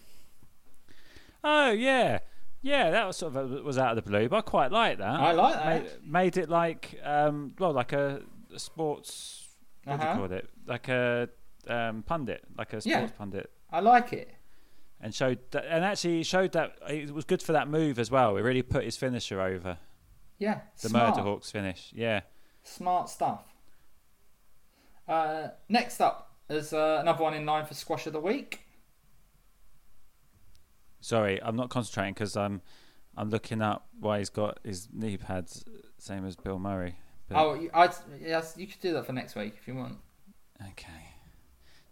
Speaker 2: Oh yeah, yeah. That was sort of uh, was out of the blue, but I quite like that.
Speaker 1: I like
Speaker 2: Ma-
Speaker 1: that.
Speaker 2: made, it like um well like a, a sports what
Speaker 1: Uh-huh.
Speaker 2: do you call it like a um pundit like a sports
Speaker 1: Yeah.
Speaker 2: pundit
Speaker 1: I like it.
Speaker 2: and showed that, and actually showed that it was good for that move as well. It really put his finisher over
Speaker 1: Yeah,
Speaker 2: the
Speaker 1: smart,
Speaker 2: Murderhawks finish. Yeah,
Speaker 1: smart stuff. Uh, next up, There's uh, another one in line for squash of the week.
Speaker 2: Sorry, I'm not concentrating because I'm I'm looking up why he's got his knee pads same as Bill Murray. But,
Speaker 1: Oh, you- I yes, you could do that for next week if you want.
Speaker 2: okay.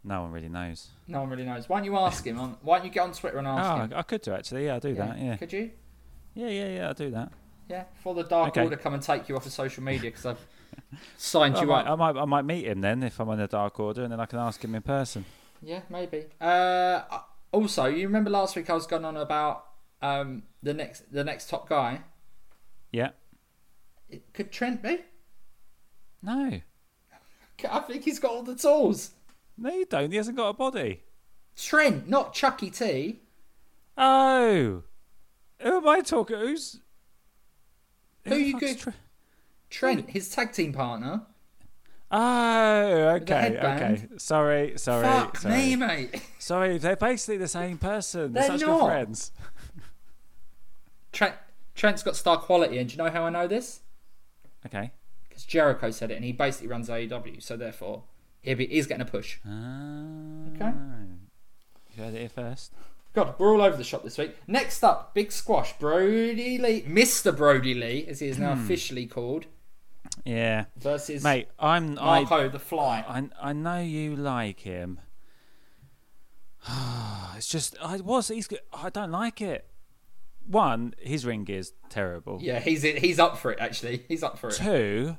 Speaker 2: No one really knows.
Speaker 1: No one really knows. Why don't you ask him? On, why don't you get on Twitter and ask
Speaker 2: Oh,
Speaker 1: him?
Speaker 2: I could do actually. Yeah, I do that. Yeah,
Speaker 1: Could you?
Speaker 2: yeah, yeah, yeah. I do that.
Speaker 1: Yeah. For the Dark
Speaker 2: Okay.
Speaker 1: Order come and take you off of social media because I've signed
Speaker 2: I
Speaker 1: you
Speaker 2: might,
Speaker 1: up.
Speaker 2: I might, I might meet him then if I'm on the Dark Order, and then I can ask him in person.
Speaker 1: Yeah, maybe. Uh, also, you remember last week I was going on about um, the next the next top guy.
Speaker 2: Yeah.
Speaker 1: It- Could Trent be?
Speaker 2: No,
Speaker 1: I think he's got all the tools.
Speaker 2: no, you don't. He hasn't got a body.
Speaker 1: Trent, not Chucky T.
Speaker 2: Oh, who am I talking? Who's
Speaker 1: Who
Speaker 2: the
Speaker 1: you
Speaker 2: fuck's
Speaker 1: could-
Speaker 2: Tre-
Speaker 1: Trent, his tag team partner.
Speaker 2: Oh,
Speaker 1: the
Speaker 2: okay,
Speaker 1: headband.
Speaker 2: okay. Sorry, sorry,
Speaker 1: Fuck
Speaker 2: sorry.
Speaker 1: me, mate.
Speaker 2: Sorry, they're basically the same person. They're
Speaker 1: They're
Speaker 2: such
Speaker 1: not.
Speaker 2: good friends.
Speaker 1: Trent, Trent's got star quality, and do you know how I know this?
Speaker 2: Okay.
Speaker 1: Because Jericho said it, and he basically runs AEW, so therefore he'll be, he's getting a push.
Speaker 2: Okay. You heard it here first.
Speaker 1: God, we're all over the shop this week. Next up, Big Squash, Brody Lee, Mr. Brody Lee, as he is now officially called,
Speaker 2: Yeah,
Speaker 1: versus
Speaker 2: Hmm. mate. I'm. I,
Speaker 1: Marco the Fly.
Speaker 2: I. I know you like him. it's just I was. He's. g- I don't like it. One, his ring gear's terrible.
Speaker 1: Yeah, he's he's up for it actually. He's up for it.
Speaker 2: Two,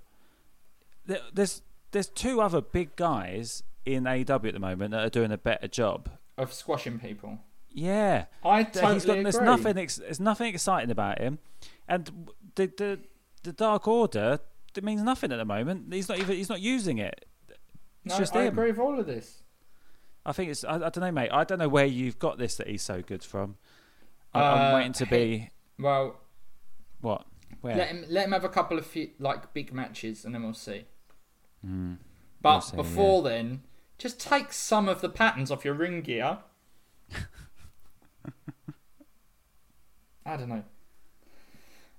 Speaker 2: th- there's there's two other big guys in AW at the moment that are doing a better job.
Speaker 1: Of squashing people.
Speaker 2: Yeah,
Speaker 1: I
Speaker 2: Th-
Speaker 1: totally
Speaker 2: he's got, There's
Speaker 1: agree.
Speaker 2: nothing. Ex- there's nothing exciting about him, and w- the the the Dark Order it means nothing at the moment. He's not even. He's not using it. It's
Speaker 1: no,
Speaker 2: just
Speaker 1: I
Speaker 2: him.
Speaker 1: agree with all of this.
Speaker 2: I think it's. I, I don't know, mate. I don't know where you've got this that he's so good from. I,
Speaker 1: Uh,
Speaker 2: I'm waiting to be
Speaker 1: Well,
Speaker 2: what? Where?
Speaker 1: let him let him have a couple of few, like big matches, and then we'll see. But
Speaker 2: Hmm. We'll see,
Speaker 1: before then, just take some of the patterns off your ring gear. I don't know.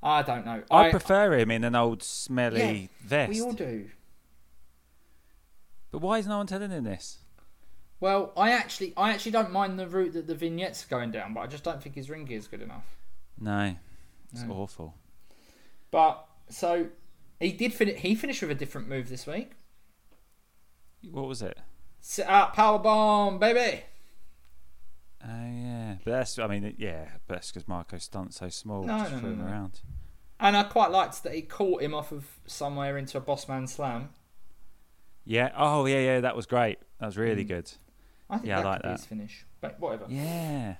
Speaker 1: I don't know.
Speaker 2: I, prefer him in an old smelly
Speaker 1: we
Speaker 2: vest.
Speaker 1: all do.
Speaker 2: But why is no one telling him this?
Speaker 1: Well, I actually, I actually don't mind the route that the vignettes are going down, but I just don't think his ring gear is good enough.
Speaker 2: No, it's
Speaker 1: No.
Speaker 2: awful.
Speaker 1: But so he did finish. He finished with a different move this week.
Speaker 2: What was it?
Speaker 1: Sit out power bomb, baby.
Speaker 2: Oh yeah, but that's. I mean, yeah, but that's because Marco's stunt's so small.
Speaker 1: No,
Speaker 2: just
Speaker 1: no,
Speaker 2: threw
Speaker 1: no,
Speaker 2: him
Speaker 1: no.
Speaker 2: around.
Speaker 1: And I quite liked that he caught him off of somewhere into a boss man slam.
Speaker 2: Yeah. Oh yeah, yeah. That was great. That was
Speaker 1: Mm.
Speaker 2: really good.
Speaker 1: I think
Speaker 2: Yeah, I
Speaker 1: that
Speaker 2: like
Speaker 1: could be
Speaker 2: that.
Speaker 1: his finish. But whatever.
Speaker 2: Yeah.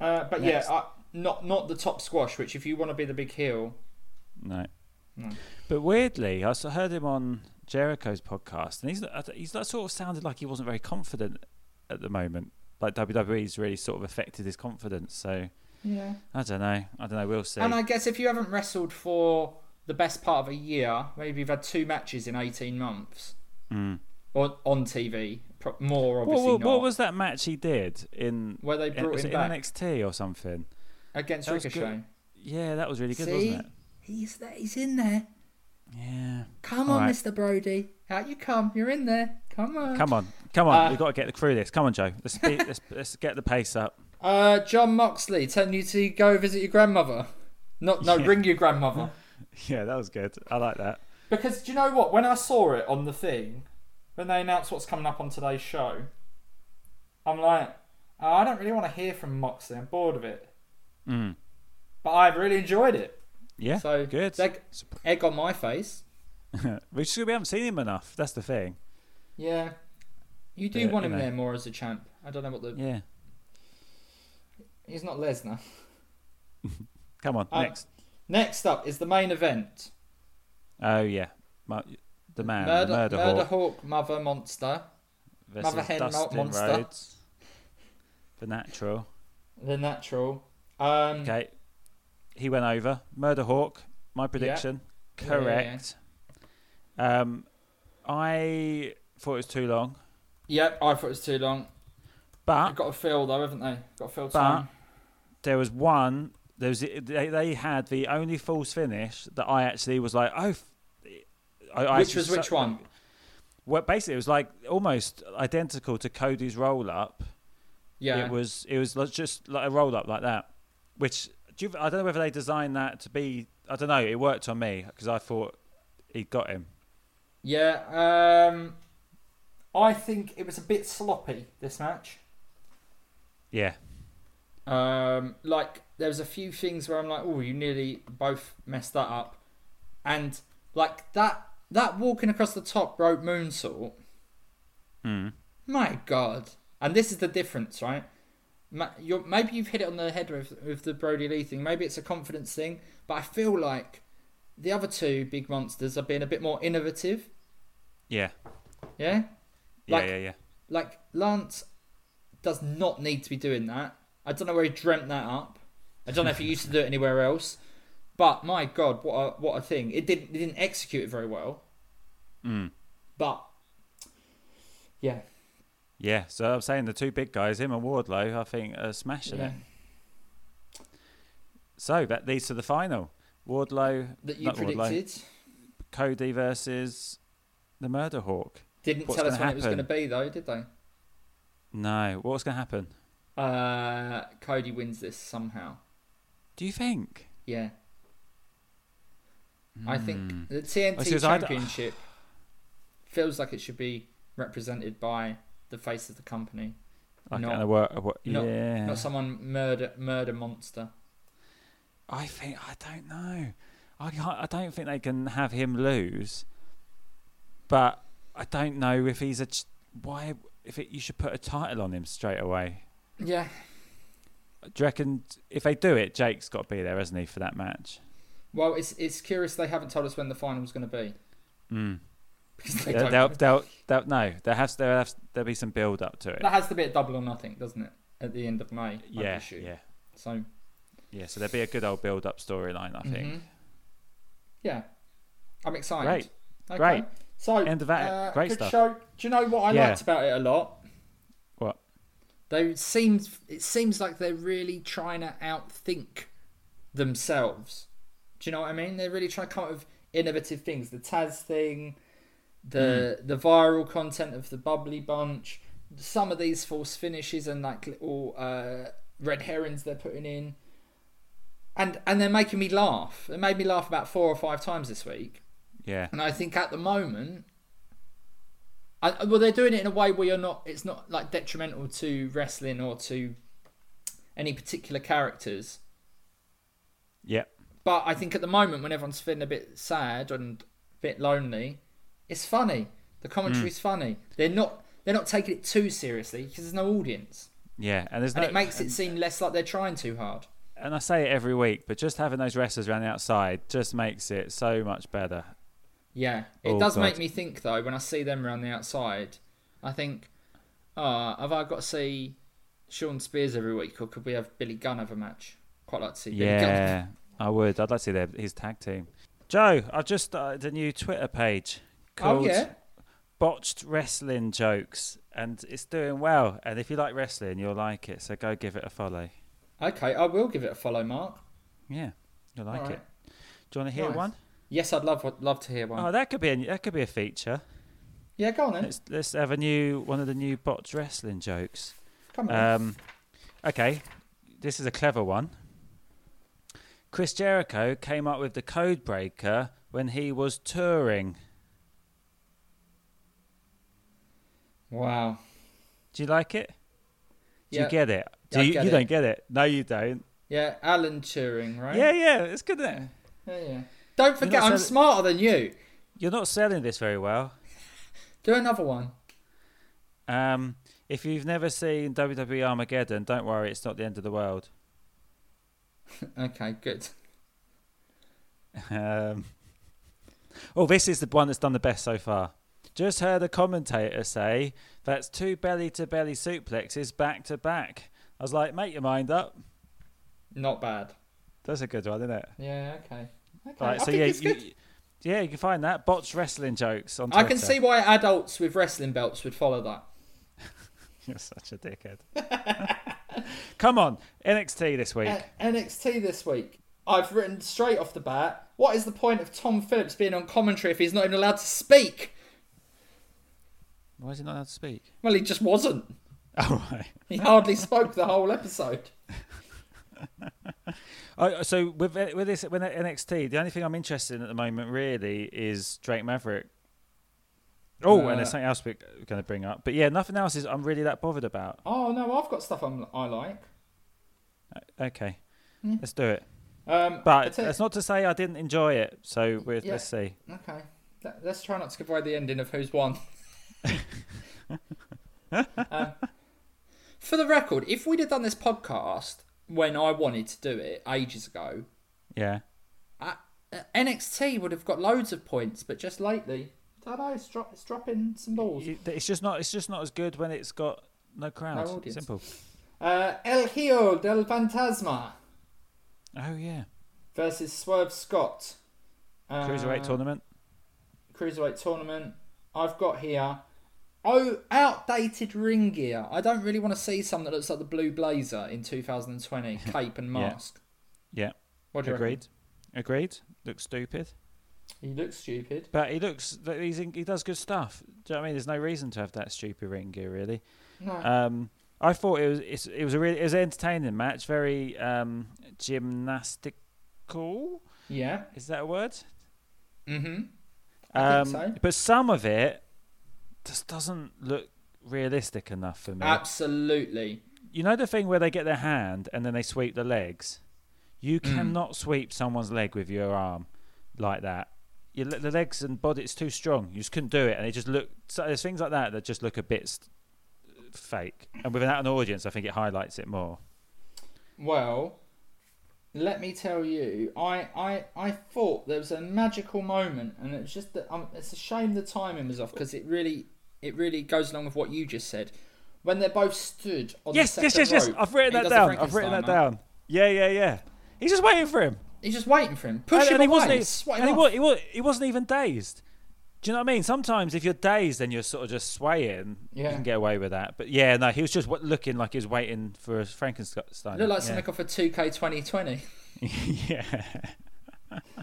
Speaker 1: Uh, but
Speaker 2: Next.
Speaker 1: yeah, I, not not the top squash. Which, if you want to be the big heel,
Speaker 2: No.
Speaker 1: No.
Speaker 2: But weirdly, I s- heard him on Jericho's podcast, and he's not- I d- he's that sort of sounded like he wasn't very confident at the moment. Like WWE's really sort of affected his confidence. So
Speaker 1: yeah.
Speaker 2: I don't know. I don't know. We'll see.
Speaker 1: And I guess if you haven't wrestled for the best part of a year, maybe you've had two matches in eighteen months,
Speaker 2: Mm.
Speaker 1: or on TV, pro- more
Speaker 2: What,
Speaker 1: obviously
Speaker 2: what,
Speaker 1: not.
Speaker 2: what was that match he did in?
Speaker 1: where they
Speaker 2: in
Speaker 1: brought
Speaker 2: was
Speaker 1: him
Speaker 2: it
Speaker 1: back
Speaker 2: in NXT or something?
Speaker 1: against
Speaker 2: That was good.
Speaker 1: Ricochet?
Speaker 2: Yeah, that was really good,
Speaker 1: See,
Speaker 2: wasn't it?
Speaker 1: he's there. He's in there.
Speaker 2: Yeah.
Speaker 1: Come
Speaker 2: All
Speaker 1: on,
Speaker 2: right.
Speaker 1: Mr. Brody. Out you come. You're in there. Come on.
Speaker 2: Come on, come on.
Speaker 1: Uh,
Speaker 2: We've got to get through this. Come on, Joe. Let's be, let's let's get the pace up.
Speaker 1: Uh, John Moxley telling you to go visit your grandmother. Not no,
Speaker 2: Yeah.
Speaker 1: ring your grandmother.
Speaker 2: Yeah, that was good. I like that.
Speaker 1: Because do you know what? When I saw it on the thing, when they announced what's coming up on today's show, I'm like, "Oh, I don't really want to hear from Moxley. I'm bored of it.
Speaker 2: Mm.
Speaker 1: But I've really enjoyed it.
Speaker 2: Yeah,
Speaker 1: So
Speaker 2: good.
Speaker 1: Egg, egg on my face.
Speaker 2: we just we haven't seen him enough. That's the thing.
Speaker 1: Yeah. You do
Speaker 2: Yeah,
Speaker 1: want
Speaker 2: you
Speaker 1: him
Speaker 2: know.
Speaker 1: there more as a champ. I don't know what the.
Speaker 2: Yeah.
Speaker 1: He's not Lesnar.
Speaker 2: Come on,
Speaker 1: Uh,
Speaker 2: next.
Speaker 1: Next up is the main event.
Speaker 2: Oh yeah, Mu- the man, the murder,
Speaker 1: murder
Speaker 2: hawk
Speaker 1: hawk, mother monster,
Speaker 2: versus
Speaker 1: Mother Hen Mo-
Speaker 2: Dustin
Speaker 1: Monster.
Speaker 2: Rhodes. The natural.
Speaker 1: the natural. Um,
Speaker 2: Okay, he went over. Murder hawk. My prediction,
Speaker 1: Yeah, yeah, yeah.
Speaker 2: correct. Um, I thought it was too long,
Speaker 1: Yep, I thought it was too long.
Speaker 2: but
Speaker 1: They've got a fill though, haven't they? Got a fill
Speaker 2: Ah. But-
Speaker 1: time.
Speaker 2: there was one. There was they, they had the only false finish that I actually was like, oh, f- I, I
Speaker 1: which
Speaker 2: actually
Speaker 1: was which
Speaker 2: so-
Speaker 1: one?
Speaker 2: well, basically it was like almost identical to Cody's roll up.
Speaker 1: Yeah.
Speaker 2: It was it was like just like a roll up like that, which do you, I don't know whether they designed that to be. I don't know. It worked on me because I thought he got him.
Speaker 1: yeah. Um, I think it was a bit sloppy this match.
Speaker 2: Yeah,
Speaker 1: Um, like there was a few things where I'm like, oh, you nearly both messed that up, and like that that walking across the top rope moonsault. My God! And this is the difference, right? Ma- You're, maybe you've hit it on the head with, with the Brody Lee thing. Maybe it's a confidence thing, but I feel like the other two big monsters are being a bit more innovative.
Speaker 2: yeah,
Speaker 1: Yeah,
Speaker 2: yeah,
Speaker 1: Like-
Speaker 2: yeah, yeah.
Speaker 1: like Lance does not need to be doing that. I don't know where he dreamt that up. I don't know if he used to do it anywhere else. But my God, what a what a thing! It didn't it didn't execute it very well.
Speaker 2: Hmm.
Speaker 1: But yeah,
Speaker 2: Yeah, so I'm saying the two big guys, him and Wardlow, I think are smashing
Speaker 1: yeah.
Speaker 2: it. So that leads to the final. Wardlow,
Speaker 1: that you
Speaker 2: not Wardlow,
Speaker 1: predicted
Speaker 2: Cody versus the Murder Hawk.
Speaker 1: didn't
Speaker 2: What's
Speaker 1: tell us
Speaker 2: gonna
Speaker 1: when it was going
Speaker 2: happen?
Speaker 1: to be though, did they?
Speaker 2: No, what's going to happen?
Speaker 1: Uh, Cody wins this somehow.
Speaker 2: Do you think?
Speaker 1: Yeah. I think the TNT
Speaker 2: Hmm. I see, 'cause I d-
Speaker 1: Championship feels like it should be represented by the face of the company,
Speaker 2: Like
Speaker 1: Not-
Speaker 2: and a wor- a wor-
Speaker 1: not-
Speaker 2: yeah.
Speaker 1: not someone murder murder monster.
Speaker 2: I think I don't know. I can't, I don't think they can have him lose. But I don't know if he's a ch- why if it, you should put a title on him straight away.
Speaker 1: Yeah,
Speaker 2: Do you reckon if they do it, Jake's got to be there, hasn't he, for that match?
Speaker 1: well, it's it's curious they haven't told us when the final's going to be.
Speaker 2: Mm.
Speaker 1: Because they
Speaker 2: They'll,
Speaker 1: don't.
Speaker 2: they'll, they'll, they'll, no, there has there has there'll be some build up to it.
Speaker 1: that has to be a double or nothing, doesn't it? At the end of May, I'd
Speaker 2: Yeah,
Speaker 1: assume.
Speaker 2: yeah,
Speaker 1: So mm-hmm.
Speaker 2: yeah. So there'll be a good old build up storyline, I think.
Speaker 1: mhm. yeah, I'm excited.
Speaker 2: Great.
Speaker 1: Okay.
Speaker 2: Great.
Speaker 1: So
Speaker 2: End of that.
Speaker 1: uh,
Speaker 2: Great
Speaker 1: good
Speaker 2: stuff.
Speaker 1: Show. Do you know what I
Speaker 2: Yeah.
Speaker 1: liked about it a lot?
Speaker 2: What?
Speaker 1: They seems it seems like they're really trying to outthink themselves. Do you know what I mean? They're really trying to come up with innovative things. The Taz thing, the
Speaker 2: Hmm.
Speaker 1: the viral content of the bubbly bunch, some of these false finishes and like little uh, red herrings they're putting in. And and they're making me laugh. It made me laugh about four or five times this week.
Speaker 2: Yeah,
Speaker 1: And I think at the moment, I, well, they're doing it in a way where you're not. It's not like detrimental to wrestling or to any particular characters.
Speaker 2: yeah,
Speaker 1: But I think at the moment, when everyone's feeling a bit sad and a bit lonely, it's funny. The commentary's funny. They're not. They're not taking it too seriously because there's no audience,
Speaker 2: yeah. And there's
Speaker 1: and
Speaker 2: no,
Speaker 1: it makes it seem less like they're trying too hard.
Speaker 2: and I say it every week, but just having those wrestlers around the outside just makes it so much better.
Speaker 1: Yeah, it
Speaker 2: Oh,
Speaker 1: does
Speaker 2: God.
Speaker 1: make me think though when I see them around the outside. I think, ah, have I got to see Sean Spears every week, or could we have Billy Gunn have a match? Quite like to see Billy Gunn.
Speaker 2: Yeah, I would. I'd like to see their, his tag team. Joe, I've just started a new Twitter page called
Speaker 1: Oh yeah,
Speaker 2: Botched Wrestling Jokes, and it's doing well. And if you like wrestling, you'll like it. So go give it a follow.
Speaker 1: okay. I will give it a follow, Mark.
Speaker 2: Yeah, you'll like
Speaker 1: Alright.
Speaker 2: it. Do you want to hear
Speaker 1: Nice.
Speaker 2: one?
Speaker 1: Yes, I'd love love to hear one.
Speaker 2: Oh, that could be a, that could be a feature.
Speaker 1: yeah, go on then.
Speaker 2: Let's let's have a new one of the new botched wrestling jokes.
Speaker 1: Come on.
Speaker 2: Um, okay, this is a clever one. Chris Jericho came up with the code breaker when he was touring.
Speaker 1: wow.
Speaker 2: Do you like it? Do
Speaker 1: Yeah.
Speaker 2: you get it?
Speaker 1: Yeah,
Speaker 2: Do
Speaker 1: I
Speaker 2: you,
Speaker 1: get
Speaker 2: you
Speaker 1: it.
Speaker 2: don't get it? No, you don't.
Speaker 1: Yeah, Alan Turing, right?
Speaker 2: Yeah, yeah, it's good. Isn't it?
Speaker 1: yeah. yeah. Don't forget,
Speaker 2: not
Speaker 1: I'm
Speaker 2: so-
Speaker 1: smarter than you.
Speaker 2: You're not selling this very well.
Speaker 1: Do another one.
Speaker 2: Um, if you've never seen WWE Armageddon, don't worry, it's not the end of the world.
Speaker 1: Okay, good.
Speaker 2: Um, oh, this is the one that's done the best so far. Just heard a commentator say that's two belly to belly suplexes back to back. I was like, make your mind up.
Speaker 1: Not bad.
Speaker 2: That's a good one, isn't it?
Speaker 1: Yeah. Okay. Okay.
Speaker 2: Right,
Speaker 1: I
Speaker 2: so
Speaker 1: think
Speaker 2: yeah,
Speaker 1: it's
Speaker 2: you,
Speaker 1: good.
Speaker 2: yeah, you can find that botched wrestling jokes on.
Speaker 1: I can
Speaker 2: Twitter.
Speaker 1: see why adults with wrestling belts would follow that.
Speaker 2: You're such a dickhead. Come on, NXT this week.
Speaker 1: A- NXT this week. I've written straight off the bat. What is the point of Tom Phillips being on commentary if he's not even allowed to speak?
Speaker 2: Why is he not allowed to speak?
Speaker 1: Well, he just wasn't.
Speaker 2: Oh, right.
Speaker 1: He hardly spoke the whole episode.
Speaker 2: Oh, so with with this with NXT, the only thing I'm interested in at the moment really is Drake Maverick. Oh,
Speaker 1: Uh,
Speaker 2: and there's something else we're going to bring up, but yeah, nothing else is I'm really that bothered about.
Speaker 1: Oh no, I've got stuff I'm, I like.
Speaker 2: Okay,
Speaker 1: Mm.
Speaker 2: let's do it.
Speaker 1: Um, I
Speaker 2: But
Speaker 1: tell you-
Speaker 2: that's not to say I didn't enjoy it. So we're,
Speaker 1: Yeah.
Speaker 2: let's see.
Speaker 1: okay, Let- let's try not to give away the ending of who's won. Um, for the record, if we'd have done this podcast when I wanted to do it ages ago,
Speaker 2: Yeah,
Speaker 1: uh, NXT would have got loads of points, but just lately, I don't know, it's, dro- it's dropping some balls.
Speaker 2: You- it's just not it's just not as good when it's got no crowd.
Speaker 1: No audience.
Speaker 2: Simple.
Speaker 1: Uh, El Hijo del Fantasma
Speaker 2: Oh yeah,
Speaker 1: versus Swerve Scott. Uh,
Speaker 2: cruiserweight tournament.
Speaker 1: Cruiserweight tournament. I've got here. Oh, outdated ring gear. I don't really want to see some that looks like the Blue Blazer in 2020, cape and mask.
Speaker 2: Yeah,
Speaker 1: What do you
Speaker 2: agreed. Agreed. Looks stupid.
Speaker 1: reckon? You look stupid.
Speaker 2: But he looks, he's in, he does good stuff. Do you know what I mean? There's no reason to have that stupid ring gear, really.
Speaker 1: No.
Speaker 2: Um, I thought it was, it's, it was a really, it was an entertaining match, very um, gymnastical.
Speaker 1: yeah.
Speaker 2: Is that a word?
Speaker 1: Mm-hmm. I
Speaker 2: Um,
Speaker 1: think so.
Speaker 2: But some of it just doesn't look realistic enough for me.
Speaker 1: Absolutely.
Speaker 2: you know the thing where they get their hand and then they sweep the legs. You cannot sweep someone's leg with your arm like that. Your, le- the legs and body it's too strong. You just couldn't do it, and it just looked. So there's things like that that just look a bit st- fake. And without an audience, I think it highlights it more.
Speaker 1: Well, let me tell you, I, I I thought there was a magical moment, and it's just that um, it's a shame the timing was off because it really it really goes along with what you just said. When they're both stood on
Speaker 2: Yes,
Speaker 1: the
Speaker 2: yes,
Speaker 1: second
Speaker 2: yes, yes.
Speaker 1: rope,
Speaker 2: I've written
Speaker 1: he
Speaker 2: that
Speaker 1: does the
Speaker 2: down. I've written that
Speaker 1: Frankenstein, man.
Speaker 2: down. Yeah, yeah, yeah. He's just waiting for him.
Speaker 1: He's just waiting for him. Push
Speaker 2: and,
Speaker 1: him
Speaker 2: and he
Speaker 1: away.
Speaker 2: wasn't. e-,
Speaker 1: Swat him
Speaker 2: and he,
Speaker 1: off.
Speaker 2: wa- he, wa- he wasn't even dazed. Do you know what I mean? Sometimes if you're dazed, then you're sort of just swaying.
Speaker 1: Yeah.
Speaker 2: You can get away with that. But yeah, no, he was just wa- looking like he was waiting for a Frankenstein.
Speaker 1: He looked like
Speaker 2: yeah.
Speaker 1: something off a 2K2020.
Speaker 2: yeah.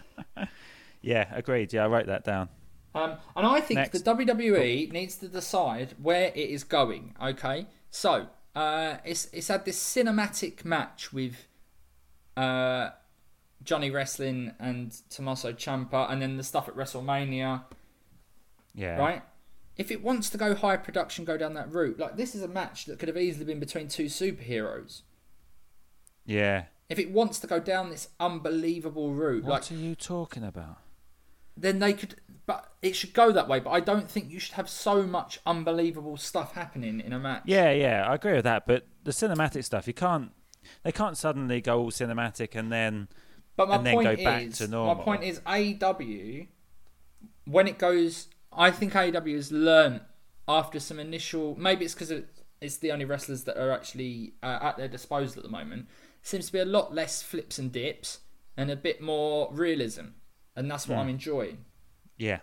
Speaker 2: yeah, agreed. Yeah, I wrote that down.
Speaker 1: Um, and I think
Speaker 2: Next.
Speaker 1: the WWE needs to decide where it is going. Okay, so uh, it's it's had this cinematic match with uh, Johnny Wrestling and Tommaso Ciampa, and then the stuff at WrestleMania,
Speaker 2: Yeah.
Speaker 1: right? If it wants to go high production, go down that route. Like this is a match that could have easily been between two superheroes.
Speaker 2: Yeah.
Speaker 1: If it wants to go down this unbelievable route, like
Speaker 2: what are you talking about?
Speaker 1: then they could but it should go that way but i don't think you should have so much unbelievable stuff happening in a match
Speaker 2: Yeah, yeah, I agree with that. But the cinematic stuff, you can't. They can't suddenly go all cinematic and then.
Speaker 1: but my
Speaker 2: and then
Speaker 1: point
Speaker 2: go back
Speaker 1: is
Speaker 2: to normal.
Speaker 1: my point is aw when it goes i think aw has learned after some initial maybe it's because it's the only wrestlers that are actually uh, at their disposal at the moment seems to be a lot less flips and dips and a bit more realism and that's
Speaker 2: Hmm.
Speaker 1: what i'm enjoying
Speaker 2: Yeah.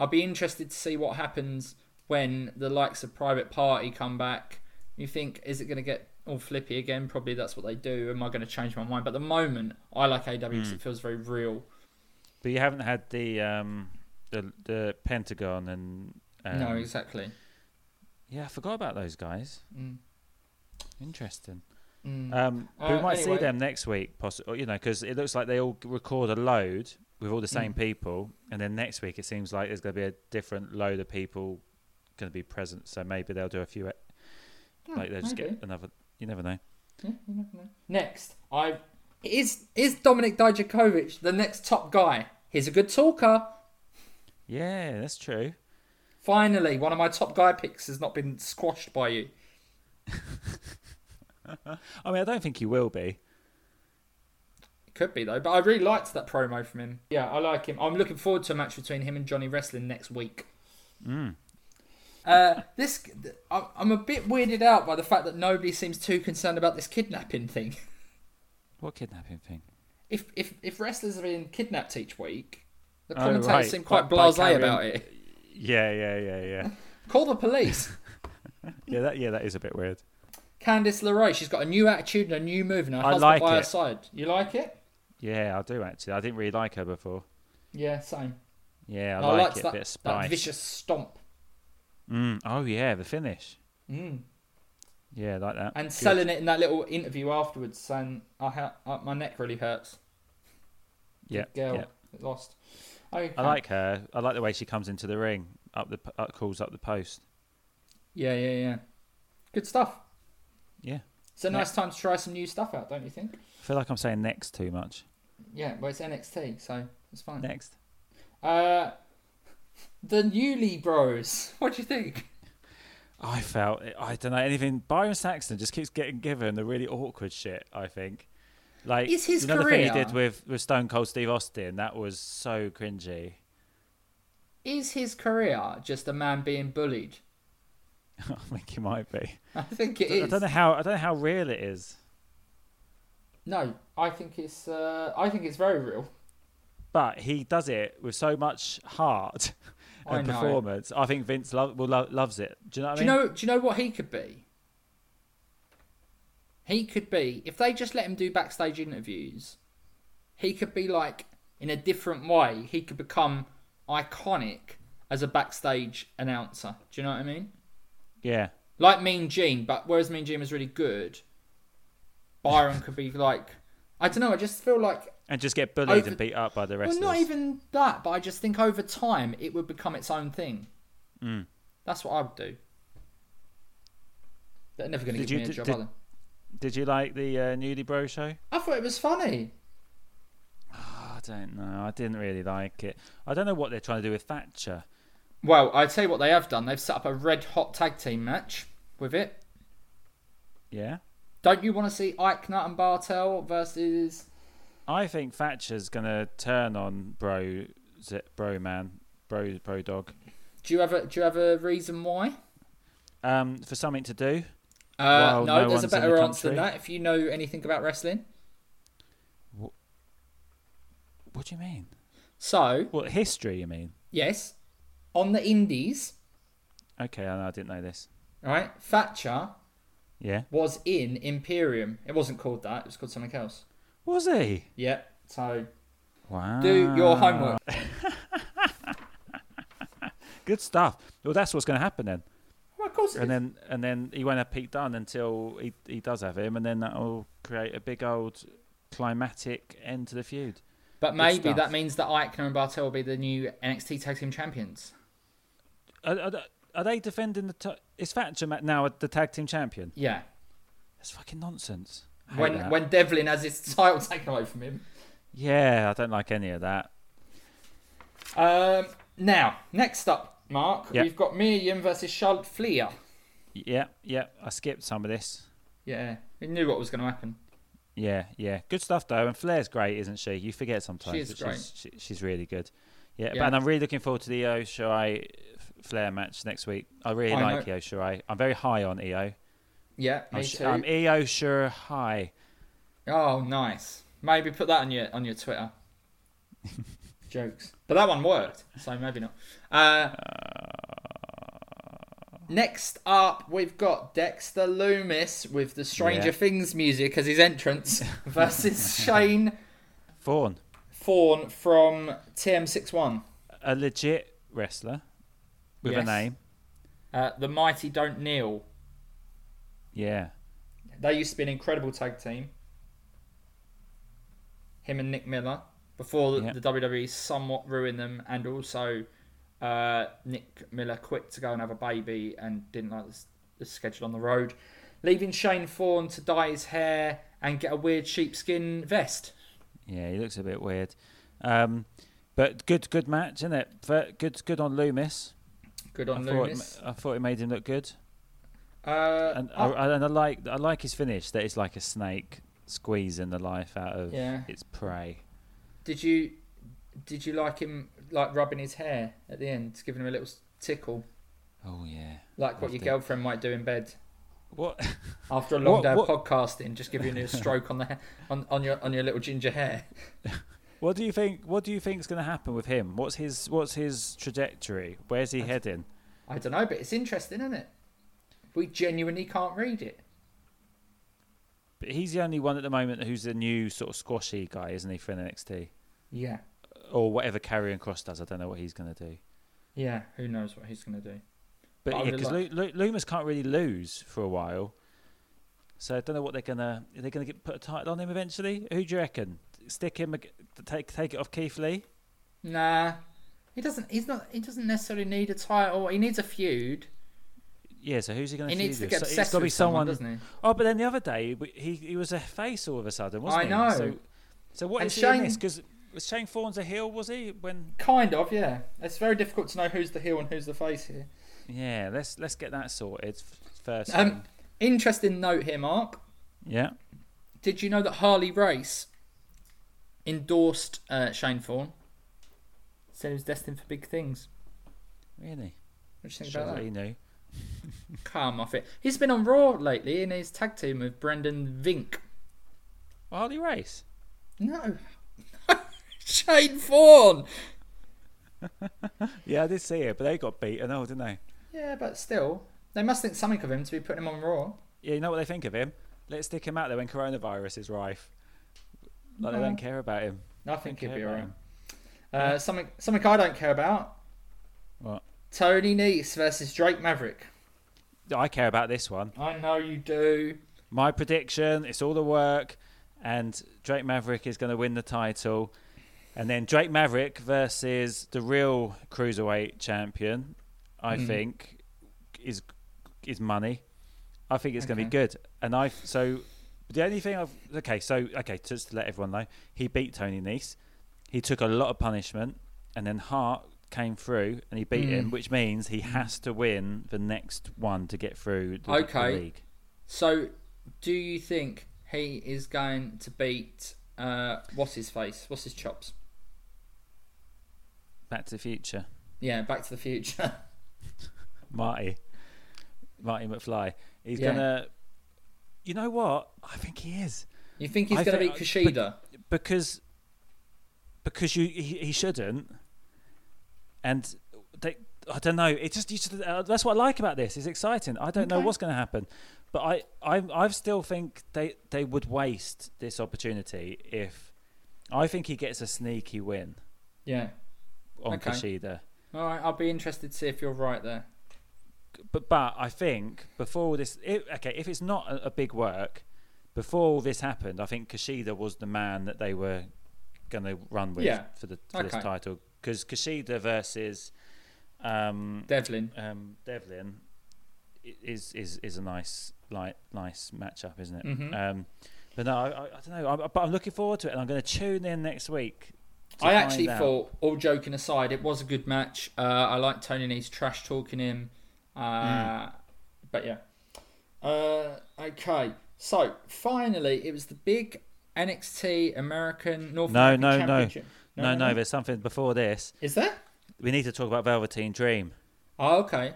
Speaker 1: I'll be interested to see what happens when the likes of Private Party come back. You think, is it going to get all flippy again? Probably that's what they do. Am I going to change my mind? But at the moment, I like AW because it feels very real.
Speaker 2: But you haven't had the um the the Pentagon and um,
Speaker 1: no, exactly.
Speaker 2: yeah, I forgot about those guys.
Speaker 1: Mm.
Speaker 2: Interesting.
Speaker 1: Mm.
Speaker 2: Um, but
Speaker 1: Uh,
Speaker 2: we might
Speaker 1: anyway.
Speaker 2: see them next week, possibly. You know, because it looks like they all record a load with all the
Speaker 1: Mm.
Speaker 2: same people, and then next week it seems like there's going to be a different load of people going to be present. So maybe they'll do a few. e-,
Speaker 1: Yeah,
Speaker 2: like they'll just
Speaker 1: Oh, maybe.
Speaker 2: get another. You never know.
Speaker 1: Yeah, you never know. Next, I is is Dominic Dijakovic the next top guy? He's a good talker.
Speaker 2: Yeah, that's true.
Speaker 1: Finally, one of my top guy picks has not been squashed by you.
Speaker 2: I mean, I don't think he will be.
Speaker 1: Could be though, but I really liked that promo from him. Yeah, I like him. I'm looking forward to a match between him and Johnny Wrestling next week.
Speaker 2: Mm.
Speaker 1: Uh, this th- I'm I'm a bit weirded out by the fact that nobody seems too concerned about this kidnapping thing.
Speaker 2: What kidnapping thing?
Speaker 1: If if if wrestlers are being kidnapped each week, the
Speaker 2: Oh,
Speaker 1: commentators
Speaker 2: right.
Speaker 1: seem quite
Speaker 2: By- by
Speaker 1: blasé
Speaker 2: carrying-
Speaker 1: about it.
Speaker 2: Yeah, yeah, yeah, yeah.
Speaker 1: Call the police.
Speaker 2: yeah, that yeah, that is a bit weird.
Speaker 1: Candice LeRae, she's got a new attitude and a new move, and her
Speaker 2: I
Speaker 1: husband
Speaker 2: like
Speaker 1: by her
Speaker 2: it.
Speaker 1: side. You like it?
Speaker 2: Yeah, I do actually. I didn't really like her before.
Speaker 1: Yeah, same.
Speaker 2: Yeah,
Speaker 1: And
Speaker 2: I like
Speaker 1: liked
Speaker 2: it.
Speaker 1: Oh, that,
Speaker 2: bit
Speaker 1: that
Speaker 2: of spice.
Speaker 1: vicious stomp.
Speaker 2: Mm. Oh yeah, the finish.
Speaker 1: Mm.
Speaker 2: Yeah, like that.
Speaker 1: And
Speaker 2: Good.
Speaker 1: selling it in that little interview afterwards, saying, I ha- uh, my neck really hurts.
Speaker 2: Yeah,
Speaker 1: Good girl.
Speaker 2: yeah.
Speaker 1: It lost. Okay.
Speaker 2: I like her. I like the way she comes into the ring, up the p- up, calls up the post.
Speaker 1: Yeah, yeah, yeah. Good stuff.
Speaker 2: Yeah,
Speaker 1: It's a nice time to try some new stuff out, don't you think?
Speaker 2: I feel like I'm saying next too much.
Speaker 1: Yeah, well, it's NXT, so it's fine.
Speaker 2: Next.
Speaker 1: Uh, the Newly Bros. What do you think?
Speaker 2: I felt I don't know anything. Byron Saxton just keeps getting given the really awkward shit. I think, like,
Speaker 1: It's his
Speaker 2: you know the thing he
Speaker 1: career.
Speaker 2: did with with Stone Cold Steve Austin. That was so cringy.
Speaker 1: Is his career just a man being bullied?
Speaker 2: I think he might be.
Speaker 1: I think it
Speaker 2: I
Speaker 1: is.
Speaker 2: don't know how. I don't know how real it is.
Speaker 1: No, I think it's. Uh, I think it's very real.
Speaker 2: But he does it with so much heart
Speaker 1: I
Speaker 2: and
Speaker 1: know.
Speaker 2: performance. I think Vince lo- will lo- loves it. Do you know what
Speaker 1: Do
Speaker 2: I
Speaker 1: you
Speaker 2: mean?
Speaker 1: know? Do you know what he could be? He could be if they just let him do backstage interviews. He could be like in a different way. He could become iconic as a backstage announcer. Do you know what I mean?
Speaker 2: yeah,
Speaker 1: Like Mean Gene, but whereas Mean Gene was really good, Byron could be like. I don't know. I just feel like
Speaker 2: and just get bullied
Speaker 1: Over-
Speaker 2: and beat up by the
Speaker 1: well,
Speaker 2: rest.
Speaker 1: not even that, but I just think over time it would become its own thing.
Speaker 2: Mm.
Speaker 1: That's what I would do. They're never going to
Speaker 2: Did
Speaker 1: give
Speaker 2: you-
Speaker 1: me a
Speaker 2: did-
Speaker 1: job,
Speaker 2: did-
Speaker 1: are they?
Speaker 2: Did you like the uh, Newly Bro show?
Speaker 1: I thought it was funny.
Speaker 2: I don't know. I didn't really like it. I don't know what they're trying to do with Thatcher.
Speaker 1: Well, I tell you what they have done. They've set up a red hot tag team match with it.
Speaker 2: Yeah,
Speaker 1: Don't you want to see Ike Nut and Bartel versus?
Speaker 2: I think Thatcher's gonna turn on Bro, Z- Bro Man, Bro, Bro Dog,
Speaker 1: Do you have a Do you have a reason why?
Speaker 2: um, for something to do.
Speaker 1: Uh,
Speaker 2: Well,
Speaker 1: no,
Speaker 2: no
Speaker 1: there's a
Speaker 2: one's in
Speaker 1: better
Speaker 2: the
Speaker 1: answer than
Speaker 2: country.
Speaker 1: that. If you know anything about wrestling,
Speaker 2: What do you mean?
Speaker 1: so
Speaker 2: What history? You mean?
Speaker 1: yes, on the Indies,
Speaker 2: Okay, I know. I didn't know this.
Speaker 1: right? Thatcher
Speaker 2: Yeah.
Speaker 1: was in Imperium. It wasn't called that. It was called something else.
Speaker 2: Was he?
Speaker 1: Yeah. So
Speaker 2: Wow.
Speaker 1: do
Speaker 2: Ah.
Speaker 1: your homework.
Speaker 2: Good stuff. Well, that's what's going to happen then.
Speaker 1: Well, of course. it
Speaker 2: And
Speaker 1: is.
Speaker 2: then, and then he won't have Pete Dunne until he he does have him, and then that will create a big old climatic end to the feud.
Speaker 1: but maybe
Speaker 2: stuff.
Speaker 1: that means that Eichner and Bartel will be the new NXT Tag Team Champions.
Speaker 2: Are, are, are they defending the? ta- is Thatcher ma- now the tag team champion?
Speaker 1: Yeah.
Speaker 2: That's fucking nonsense. I hate
Speaker 1: when
Speaker 2: that.
Speaker 1: when Devlin has his title taken away from him.
Speaker 2: yeah, I don't like any of that.
Speaker 1: Um, now, next up, Mark,
Speaker 2: Yeah.
Speaker 1: we've got Mia Yim versus Charlotte Flair.
Speaker 2: Yeah, yeah, I skipped some of this.
Speaker 1: Yeah, we knew what was going to happen.
Speaker 2: Yeah, yeah, good stuff though. And Flair's great, isn't she? You forget sometimes.
Speaker 1: She is
Speaker 2: but She's, she, she's really good. Yeah, but-
Speaker 1: Yeah.
Speaker 2: and I'm really looking forward to the Io Shirai F- Flair match next week. I really
Speaker 1: I
Speaker 2: like
Speaker 1: know.
Speaker 2: Io Shirai. I'm very high on Io.
Speaker 1: Yeah, me
Speaker 2: I'm,
Speaker 1: too.
Speaker 2: I'm Io Shirai. high.
Speaker 1: oh, nice. Maybe put that on your on your Twitter. Jokes, but that one worked, so maybe not. Uh, next up, we've got Dexter Loomis with the Stranger
Speaker 2: Yeah.
Speaker 1: Things music as his entrance versus Shane
Speaker 2: Fawn,
Speaker 1: Fawn from TM61.
Speaker 2: a legit wrestler with
Speaker 1: Yes.
Speaker 2: a name.
Speaker 1: Uh, the Mighty Don't Kneel.
Speaker 2: Yeah.
Speaker 1: They used to be an incredible tag team. Him and Nick Miller. Before the,
Speaker 2: Yeah.
Speaker 1: the WWE somewhat ruined them, and also uh, Nick Miller quit to go and have a baby and didn't like the, s- the schedule on the road, leaving Shane Fawn to dye his hair and get a weird sheepskin vest.
Speaker 2: Yeah, he looks a bit weird. Um, but good, good match, isn't it? Ver- Good, good on Loomis.
Speaker 1: Good on
Speaker 2: I thought,
Speaker 1: Loomis.
Speaker 2: It, ma- I thought it made him look good,
Speaker 1: Uh,
Speaker 2: and
Speaker 1: up-
Speaker 2: I, and I like, I like his finish. That it's like a snake squeezing the life out of
Speaker 1: Yeah.
Speaker 2: its prey.
Speaker 1: did you did you like him like rubbing his hair at the end, giving him a little s- tickle,
Speaker 2: Oh yeah.
Speaker 1: like what your
Speaker 2: Loved it.
Speaker 1: girlfriend might do in bed?
Speaker 2: What?
Speaker 1: After a long
Speaker 2: What-
Speaker 1: day of
Speaker 2: what-
Speaker 1: podcasting, just give you a little stroke on the ha- on, on your on your little ginger hair.
Speaker 2: What do you think? What do you think's going to happen with him? What's his? What's his trajectory? Where's he heading?
Speaker 1: I don't know, but it's interesting, isn't it? We genuinely can't read it.
Speaker 2: But he's the only one at the moment who's the new sort of squashy guy, isn't he, for NXT
Speaker 1: Yeah,
Speaker 2: or whatever Carrion Cross does? I don't know what he's going to do.
Speaker 1: yeah. Who knows what he's going to do?
Speaker 2: But
Speaker 1: I
Speaker 2: yeah,
Speaker 1: really
Speaker 2: because
Speaker 1: like-
Speaker 2: Lu- Lu- Loomis can't really lose for a while, so I don't know what they're gonna. Are they gonna get put a title on him eventually? Who do you reckon? Stick him, ag- take take it off Keith Lee.
Speaker 1: Nah, he doesn't. He's not. He doesn't necessarily need a title. He needs a feud.
Speaker 2: Yeah, so who's he gonna?
Speaker 1: He
Speaker 2: feud
Speaker 1: needs to
Speaker 2: with?
Speaker 1: get
Speaker 2: So it's
Speaker 1: obsessed
Speaker 2: gotta
Speaker 1: with
Speaker 2: be
Speaker 1: someone,
Speaker 2: someone.
Speaker 1: doesn't
Speaker 2: Oh, but then the other day we- he he was a face all of a sudden, wasn't
Speaker 1: I
Speaker 2: he?
Speaker 1: know.
Speaker 2: So, so what
Speaker 1: And
Speaker 2: is he in
Speaker 1: Shane-
Speaker 2: this? Because was Shane Thorne's a heel? Was he when?
Speaker 1: he? Kind of, yeah. It's very difficult to know who's the heel and who's the face here.
Speaker 2: Yeah, let's let's get that sorted f- first.
Speaker 1: Um,
Speaker 2: thing.
Speaker 1: Interesting note here, Mark.
Speaker 2: yeah.
Speaker 1: Did you know that Harley Race endorsed uh, Shane Thorne? Said he was destined for big things.
Speaker 2: Really?
Speaker 1: What do you think
Speaker 2: Shows
Speaker 1: about
Speaker 2: that
Speaker 1: that?
Speaker 2: he knew.
Speaker 1: Come off it. He's been on Raw lately in his tag team with Brendan Vink.
Speaker 2: Well, Harley Race.
Speaker 1: No. Shane Thorne!
Speaker 2: Yeah, I did see it, but they got beaten, oh, didn't they?
Speaker 1: Yeah, but still. They must think something of him to be putting him on Raw.
Speaker 2: Yeah, you know what they think of him? Let's stick him out there when coronavirus is rife. Like, they don't
Speaker 1: Well,
Speaker 2: care about him.
Speaker 1: I think
Speaker 2: Don't
Speaker 1: he'd be
Speaker 2: care about
Speaker 1: alright.
Speaker 2: him.
Speaker 1: Uh, something, something I don't care about
Speaker 2: What?
Speaker 1: Tony Nese versus Drake Maverick.
Speaker 2: No, I care about this one.
Speaker 1: I know you do.
Speaker 2: My prediction, it's all the work, and Drake Maverick is going to win the title. And then Drake Maverick versus the real cruiserweight champion, I
Speaker 1: Mhm.
Speaker 2: think, is is money. I think it's going to be good. And I so the only thing I've okay so okay just to let everyone know, he beat Tony Nese. He took a lot of punishment, and then Hart came through and he beat
Speaker 1: Mm.
Speaker 2: him, which means he has to win the next one to get through the,
Speaker 1: Okay.
Speaker 2: the league.
Speaker 1: So, do you think he is going to beat uh, what's his face? What's his chops?
Speaker 2: Back to the Future.
Speaker 1: Yeah, Back to the Future.
Speaker 2: Marty, Marty McFly. He's
Speaker 1: Yeah.
Speaker 2: gonna. You know what? I think he is
Speaker 1: you think he's
Speaker 2: I
Speaker 1: going to
Speaker 2: think-
Speaker 1: beat Kushida?
Speaker 2: because because you he, he shouldn't, and they, I don't know. It just you should, uh, that's what I like about this. It's exciting. I don't know
Speaker 1: Okay.
Speaker 2: what's going to happen, but I I I still think they they would waste this opportunity if I think he gets a sneaky win
Speaker 1: Yeah.
Speaker 2: on
Speaker 1: Okay.
Speaker 2: Kushida.
Speaker 1: All right, I'll be interested to see if you're right there.
Speaker 2: but but I think before all this, it, okay, if it's not a, a big work, before all this happened, I think Kushida was the man that they were going to run with
Speaker 1: Yeah.
Speaker 2: for the for this
Speaker 1: Okay.
Speaker 2: title because Kushida versus um,
Speaker 1: Devlin.
Speaker 2: um, Devlin i- is is is a nice like nice matchup, isn't it?
Speaker 1: Mhm.
Speaker 2: Um, but no, I, I I don't know. I, but I'm looking forward to it, and I'm going to tune in next week. to
Speaker 1: I
Speaker 2: find
Speaker 1: actually
Speaker 2: out.
Speaker 1: thought, all joking aside, it was a good match. Uh, I like Tony Nese trash talking him.
Speaker 2: Hmm.
Speaker 1: Uh, But yeah. Uh, okay, so finally, it was the big NXT American North
Speaker 2: No,
Speaker 1: American
Speaker 2: no, no.
Speaker 1: Championship.
Speaker 2: no, no, there's something before this.
Speaker 1: Is there?
Speaker 2: We need to talk about Velveteen Dream.
Speaker 1: Oh, okay.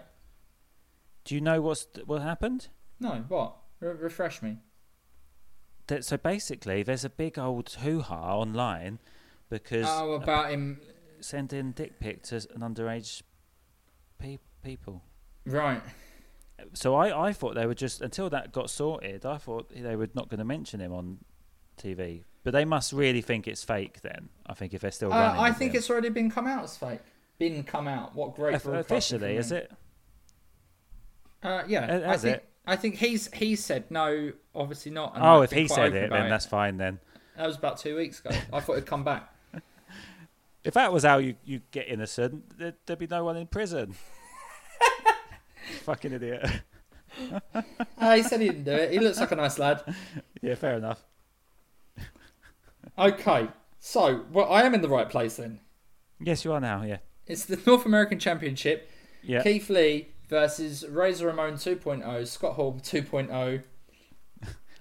Speaker 2: Do you know what's what happened?
Speaker 1: No, what? Re- refresh me.
Speaker 2: That, so basically, there's a big old hoo-ha online because
Speaker 1: Oh, about him.
Speaker 2: sending dick pics to an underage pe- people.
Speaker 1: Right.
Speaker 2: So I, I thought they were just until that got sorted. I thought they were not going to mention him on TV, but they must really think it's fake. Then I think if they're still
Speaker 1: Uh,
Speaker 2: running,
Speaker 1: I
Speaker 2: with
Speaker 1: think
Speaker 2: him.
Speaker 1: it's already been come out as fake. Been come out. What great
Speaker 2: Off-
Speaker 1: broadcasting
Speaker 2: officially,
Speaker 1: from
Speaker 2: is
Speaker 1: them.
Speaker 2: it?
Speaker 1: Uh, yeah.
Speaker 2: Uh,
Speaker 1: I
Speaker 2: has
Speaker 1: think,
Speaker 2: it?
Speaker 1: I think he's he said no. Obviously not. and
Speaker 2: Oh,
Speaker 1: I've
Speaker 2: if
Speaker 1: been
Speaker 2: he
Speaker 1: quite
Speaker 2: said
Speaker 1: open
Speaker 2: it,
Speaker 1: about
Speaker 2: then that's fine. Then
Speaker 1: that was about two weeks ago. I thought it'd come back.
Speaker 2: if that was how you, you get innocent, there'd, there'd be no one in prison. Fucking idiot.
Speaker 1: Uh, he said he didn't do it. He looks like a nice lad.
Speaker 2: yeah, fair enough.
Speaker 1: Okay, so well, I am in the right place then.
Speaker 2: Yes, you are now. Yeah.
Speaker 1: It's the North American Championship.
Speaker 2: Yeah.
Speaker 1: Keith Lee versus Razor Ramon 2.0, Scott Hall oh, 2.0.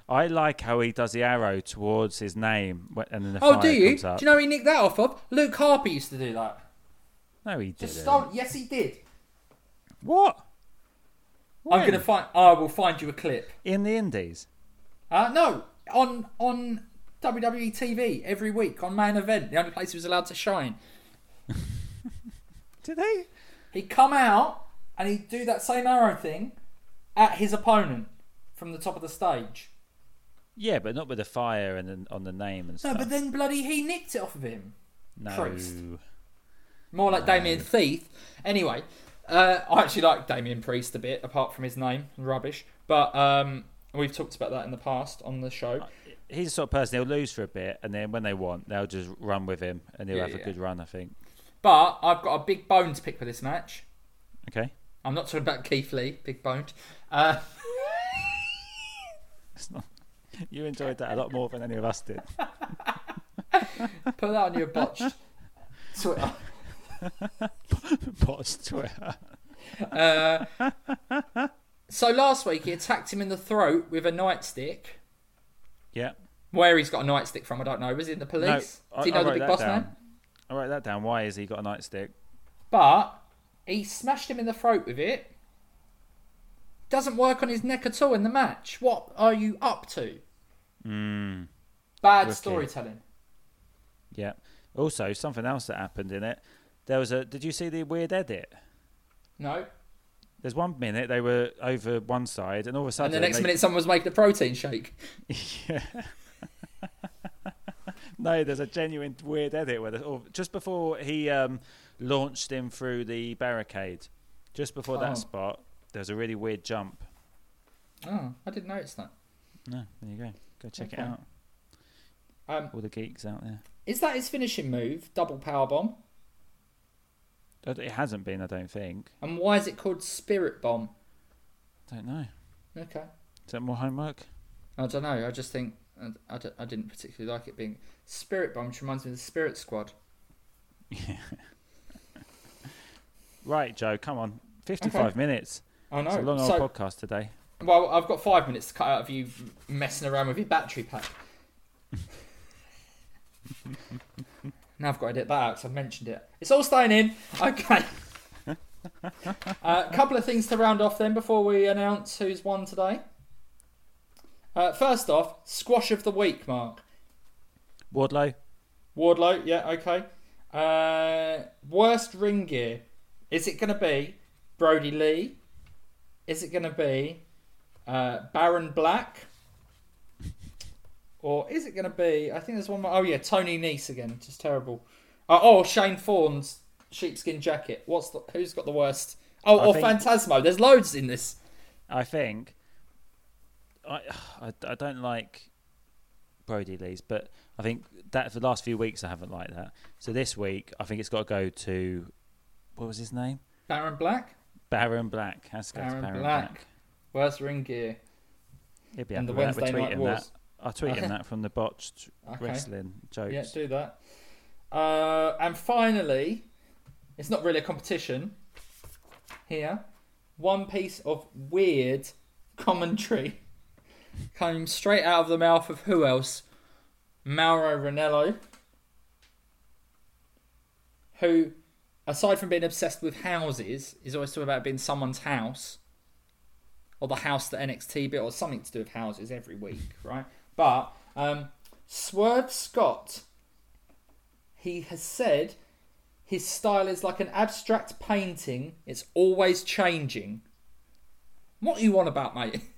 Speaker 2: I like how he does the arrow towards his name, wh- and then the
Speaker 1: Oh,
Speaker 2: fire
Speaker 1: do you?
Speaker 2: comes
Speaker 1: Do
Speaker 2: up.
Speaker 1: you know who he nicked that off of? Luke Harper used to do that.
Speaker 2: No, he didn't.
Speaker 1: Just stole. Yes, he did.
Speaker 2: What? When?
Speaker 1: I'm gonna find. I will find you a clip.
Speaker 2: in the Indies.
Speaker 1: Uh, no, on on WWE TV every week on main event, the only place he was allowed to shine.
Speaker 2: Did he?
Speaker 1: He'd come out and he'd do that same arrow thing at his opponent from the top of the stage.
Speaker 2: Yeah, but not with the fire and then on the name and
Speaker 1: No,
Speaker 2: stuff.
Speaker 1: but then bloody he nicked it off of him.
Speaker 2: no.
Speaker 1: Christ. More like Damien Thief. Anyway, Uh, I actually like Damien Priest a bit, apart from his name, rubbish. But um, we've talked about that in the past on the show.
Speaker 2: He's the sort of person they'll lose for a bit, and then when they want, they'll just run with him, and he'll
Speaker 1: Yeah,
Speaker 2: have a
Speaker 1: yeah.
Speaker 2: good run. I think.
Speaker 1: But I've got a big bone to pick with this match.
Speaker 2: Okay,
Speaker 1: I'm not talking about Keith Lee, big boned. Uh,
Speaker 2: It's not- you enjoyed that a lot more than any of us did.
Speaker 1: put that on your botched uh, Twitter.
Speaker 2: Bots Twitter.
Speaker 1: Uh, so last week he attacked him in the throat with a nightstick.
Speaker 2: Yeah.
Speaker 1: Where he's got a nightstick from, I don't know. Was it the police?
Speaker 2: No, I,
Speaker 1: Do you know
Speaker 2: I
Speaker 1: the
Speaker 2: wrote
Speaker 1: big
Speaker 2: that
Speaker 1: boss
Speaker 2: down.
Speaker 1: man?
Speaker 2: I wrote that down. Why has he got a nightstick?
Speaker 1: But he smashed him in the throat with it. Doesn't work on his neck at all in the match. What are you up to?
Speaker 2: Mm,
Speaker 1: Bad
Speaker 2: Rookie.
Speaker 1: storytelling.
Speaker 2: yeah. Also, something else that happened in it. There was a. Did you see the weird edit?
Speaker 1: No.
Speaker 2: There's one minute they were over one side, and all of a
Speaker 1: And
Speaker 2: sudden,
Speaker 1: the next
Speaker 2: they-
Speaker 1: minute, someone was making a protein shake.
Speaker 2: Yeah. no, there's a genuine weird edit where, the, or just before he um, launched him through the barricade, just before
Speaker 1: Oh.
Speaker 2: that spot, there's a really weird jump.
Speaker 1: Oh, I didn't notice that.
Speaker 2: No, there you go. Go check
Speaker 1: Okay.
Speaker 2: it out.
Speaker 1: Um,
Speaker 2: All the geeks out there.
Speaker 1: is that his finishing move? Double power bomb.
Speaker 2: But It hasn't been, I don't think.
Speaker 1: And why is it called Spirit Bomb?
Speaker 2: Don't know.
Speaker 1: Okay.
Speaker 2: Is that more homework?
Speaker 1: I don't know. I just think I, I d- I didn't particularly like it being Spirit Bomb, which reminds me of the Spirit Squad.
Speaker 2: Right, Joe, come on. 55 minutes.
Speaker 1: I know.
Speaker 2: It's a long old
Speaker 1: so,
Speaker 2: podcast today.
Speaker 1: well, I've got five minutes to cut out of you messing around with your battery pack. now I've got to edit that out 'cause I've mentioned it. It's all staying in. Okay. A couple of things to round off then before we announce who's won today. Uh, first off, squash of the week, Mark.
Speaker 2: Wardlow,
Speaker 1: Wardlow, yeah, okay. Uh, worst ring gear. Is it going to be Brody Lee? Is it going to be uh, Baron Black? Or is it going to be? I think there's one more. Oh yeah, Tony Nice again. Just terrible. Uh, oh, Shane Fawn's sheepskin jacket. What's the? Who's got the worst? Oh,
Speaker 2: I
Speaker 1: or
Speaker 2: think-
Speaker 1: Phantasmo. There's loads in this.
Speaker 2: I think. I, I, I don't like Brody Lee's, but I think that for the last few weeks I haven't liked that. So this week, I think it's got to go to. What was his name?
Speaker 1: Baron Black.
Speaker 2: Baron Black. Has to go to
Speaker 1: Baron
Speaker 2: Baron
Speaker 1: Black.
Speaker 2: Black.
Speaker 1: Worst ring gear.
Speaker 2: He'll be
Speaker 1: And
Speaker 2: happy
Speaker 1: the
Speaker 2: with that. We're
Speaker 1: Wednesday night
Speaker 2: tweeting that.
Speaker 1: wars.
Speaker 2: I'll tweet
Speaker 1: Okay.
Speaker 2: him that from the botched
Speaker 1: Okay.
Speaker 2: wrestling jokes.
Speaker 1: Yeah, do that. Uh, and finally, it's not really a competition here. One piece of weird commentary came straight out of the mouth of who else? Mauro Ranello, who, aside from being obsessed with houses, is always talking about being someone's house or the house that NXT built or something to do with houses every week, right? But um, Swerve Scott, he has said his style is like an abstract painting, it's always changing. What are you on about, mate?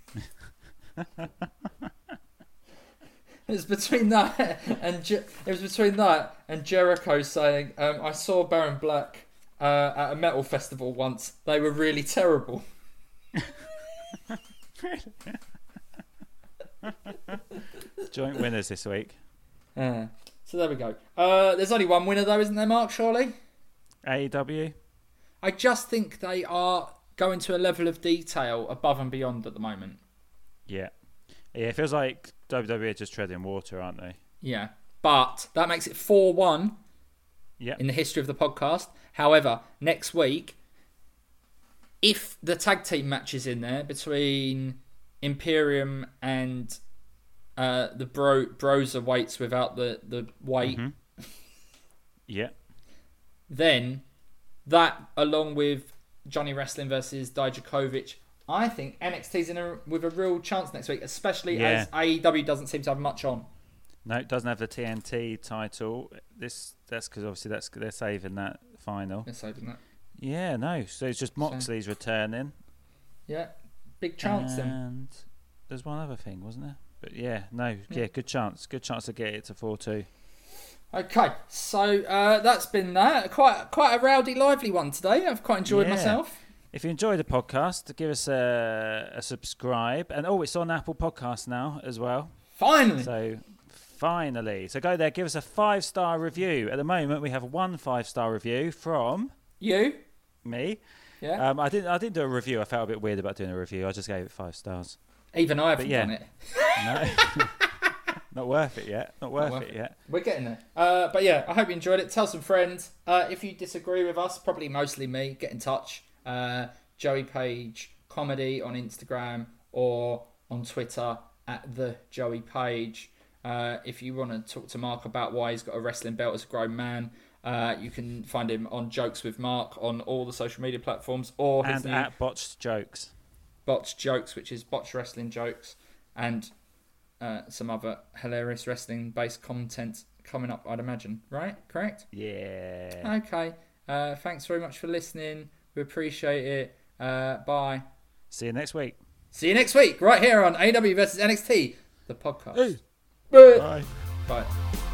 Speaker 1: It was between that and Jer- it was between that and Jericho saying, um, "I saw Baron Black uh, at a metal festival once. They were really terrible."
Speaker 2: Joint winners this week.
Speaker 1: Uh, so there we go. Uh, there's only one winner though, isn't there, Mark? Surely.
Speaker 2: AEW.
Speaker 1: I just think they are going to a level of detail above and beyond at the moment.
Speaker 2: Yeah. Yeah, it feels like WWE are just treading water, aren't they?
Speaker 1: Yeah. But that makes it 4 1
Speaker 2: Yeah.
Speaker 1: in the history of the podcast. However, next week, if the tag team match is in there between Imperium and uh, the bro- Broza weights without the, the weight,
Speaker 2: Yeah.
Speaker 1: then that along with Johnny Wrestling versus Dijakovic, I think NXT's in a, with a real chance next week, especially
Speaker 2: Yeah.
Speaker 1: as AEW doesn't seem to have much on.
Speaker 2: No, it doesn't have the TNT title. This that's because obviously that's they're saving that final.
Speaker 1: Let's open that.
Speaker 2: Yeah, no. So it's just Moxley's returning.
Speaker 1: Yeah, big chance then.
Speaker 2: And there's one other thing, wasn't there? But yeah, no, yeah, good chance. Good chance to get it to four two.
Speaker 1: Okay, so uh, that's been that. Quite quite a rowdy, lively one today. I've quite enjoyed
Speaker 2: Yeah.
Speaker 1: myself.
Speaker 2: If you enjoyed the podcast, give us a, a subscribe. And oh, it's on Apple Podcasts now as well.
Speaker 1: Finally,
Speaker 2: So finally. So go there, give us a five star review. At the moment, we have one five star review from
Speaker 1: you,
Speaker 2: me.
Speaker 1: yeah.
Speaker 2: Um, I didn't. I didn't do a review. I felt a bit weird about doing a review. I just gave it five stars.
Speaker 1: Even I haven't
Speaker 2: yeah.
Speaker 1: done it.
Speaker 2: No, not worth it yet. Not worth,
Speaker 1: worth
Speaker 2: it
Speaker 1: it.
Speaker 2: yet.
Speaker 1: We're getting there. Uh, but yeah, I hope you enjoyed it. Tell some friends. Uh, if you disagree with us, probably mostly me, get in touch. Uh, Joey Page Comedy on Instagram or on Twitter at the Joey Page. Uh, if you want to talk to Mark about why he's got a wrestling belt as a grown man, uh, you can find him on Jokes with Mark on all the social media platforms or his new
Speaker 2: And at botched jokes.
Speaker 1: Botch Jokes, which is Botch Wrestling Jokes, and uh, some other hilarious wrestling based content coming up, I'd imagine. Right? Correct?
Speaker 2: Yeah.
Speaker 1: Okay. Uh, thanks very much for listening. We appreciate it. Uh, bye.
Speaker 2: See you next week.
Speaker 1: See you next week, right here on AW versus NXT, the podcast.
Speaker 2: Hey.
Speaker 1: Bye.
Speaker 2: Bye.
Speaker 1: Bye.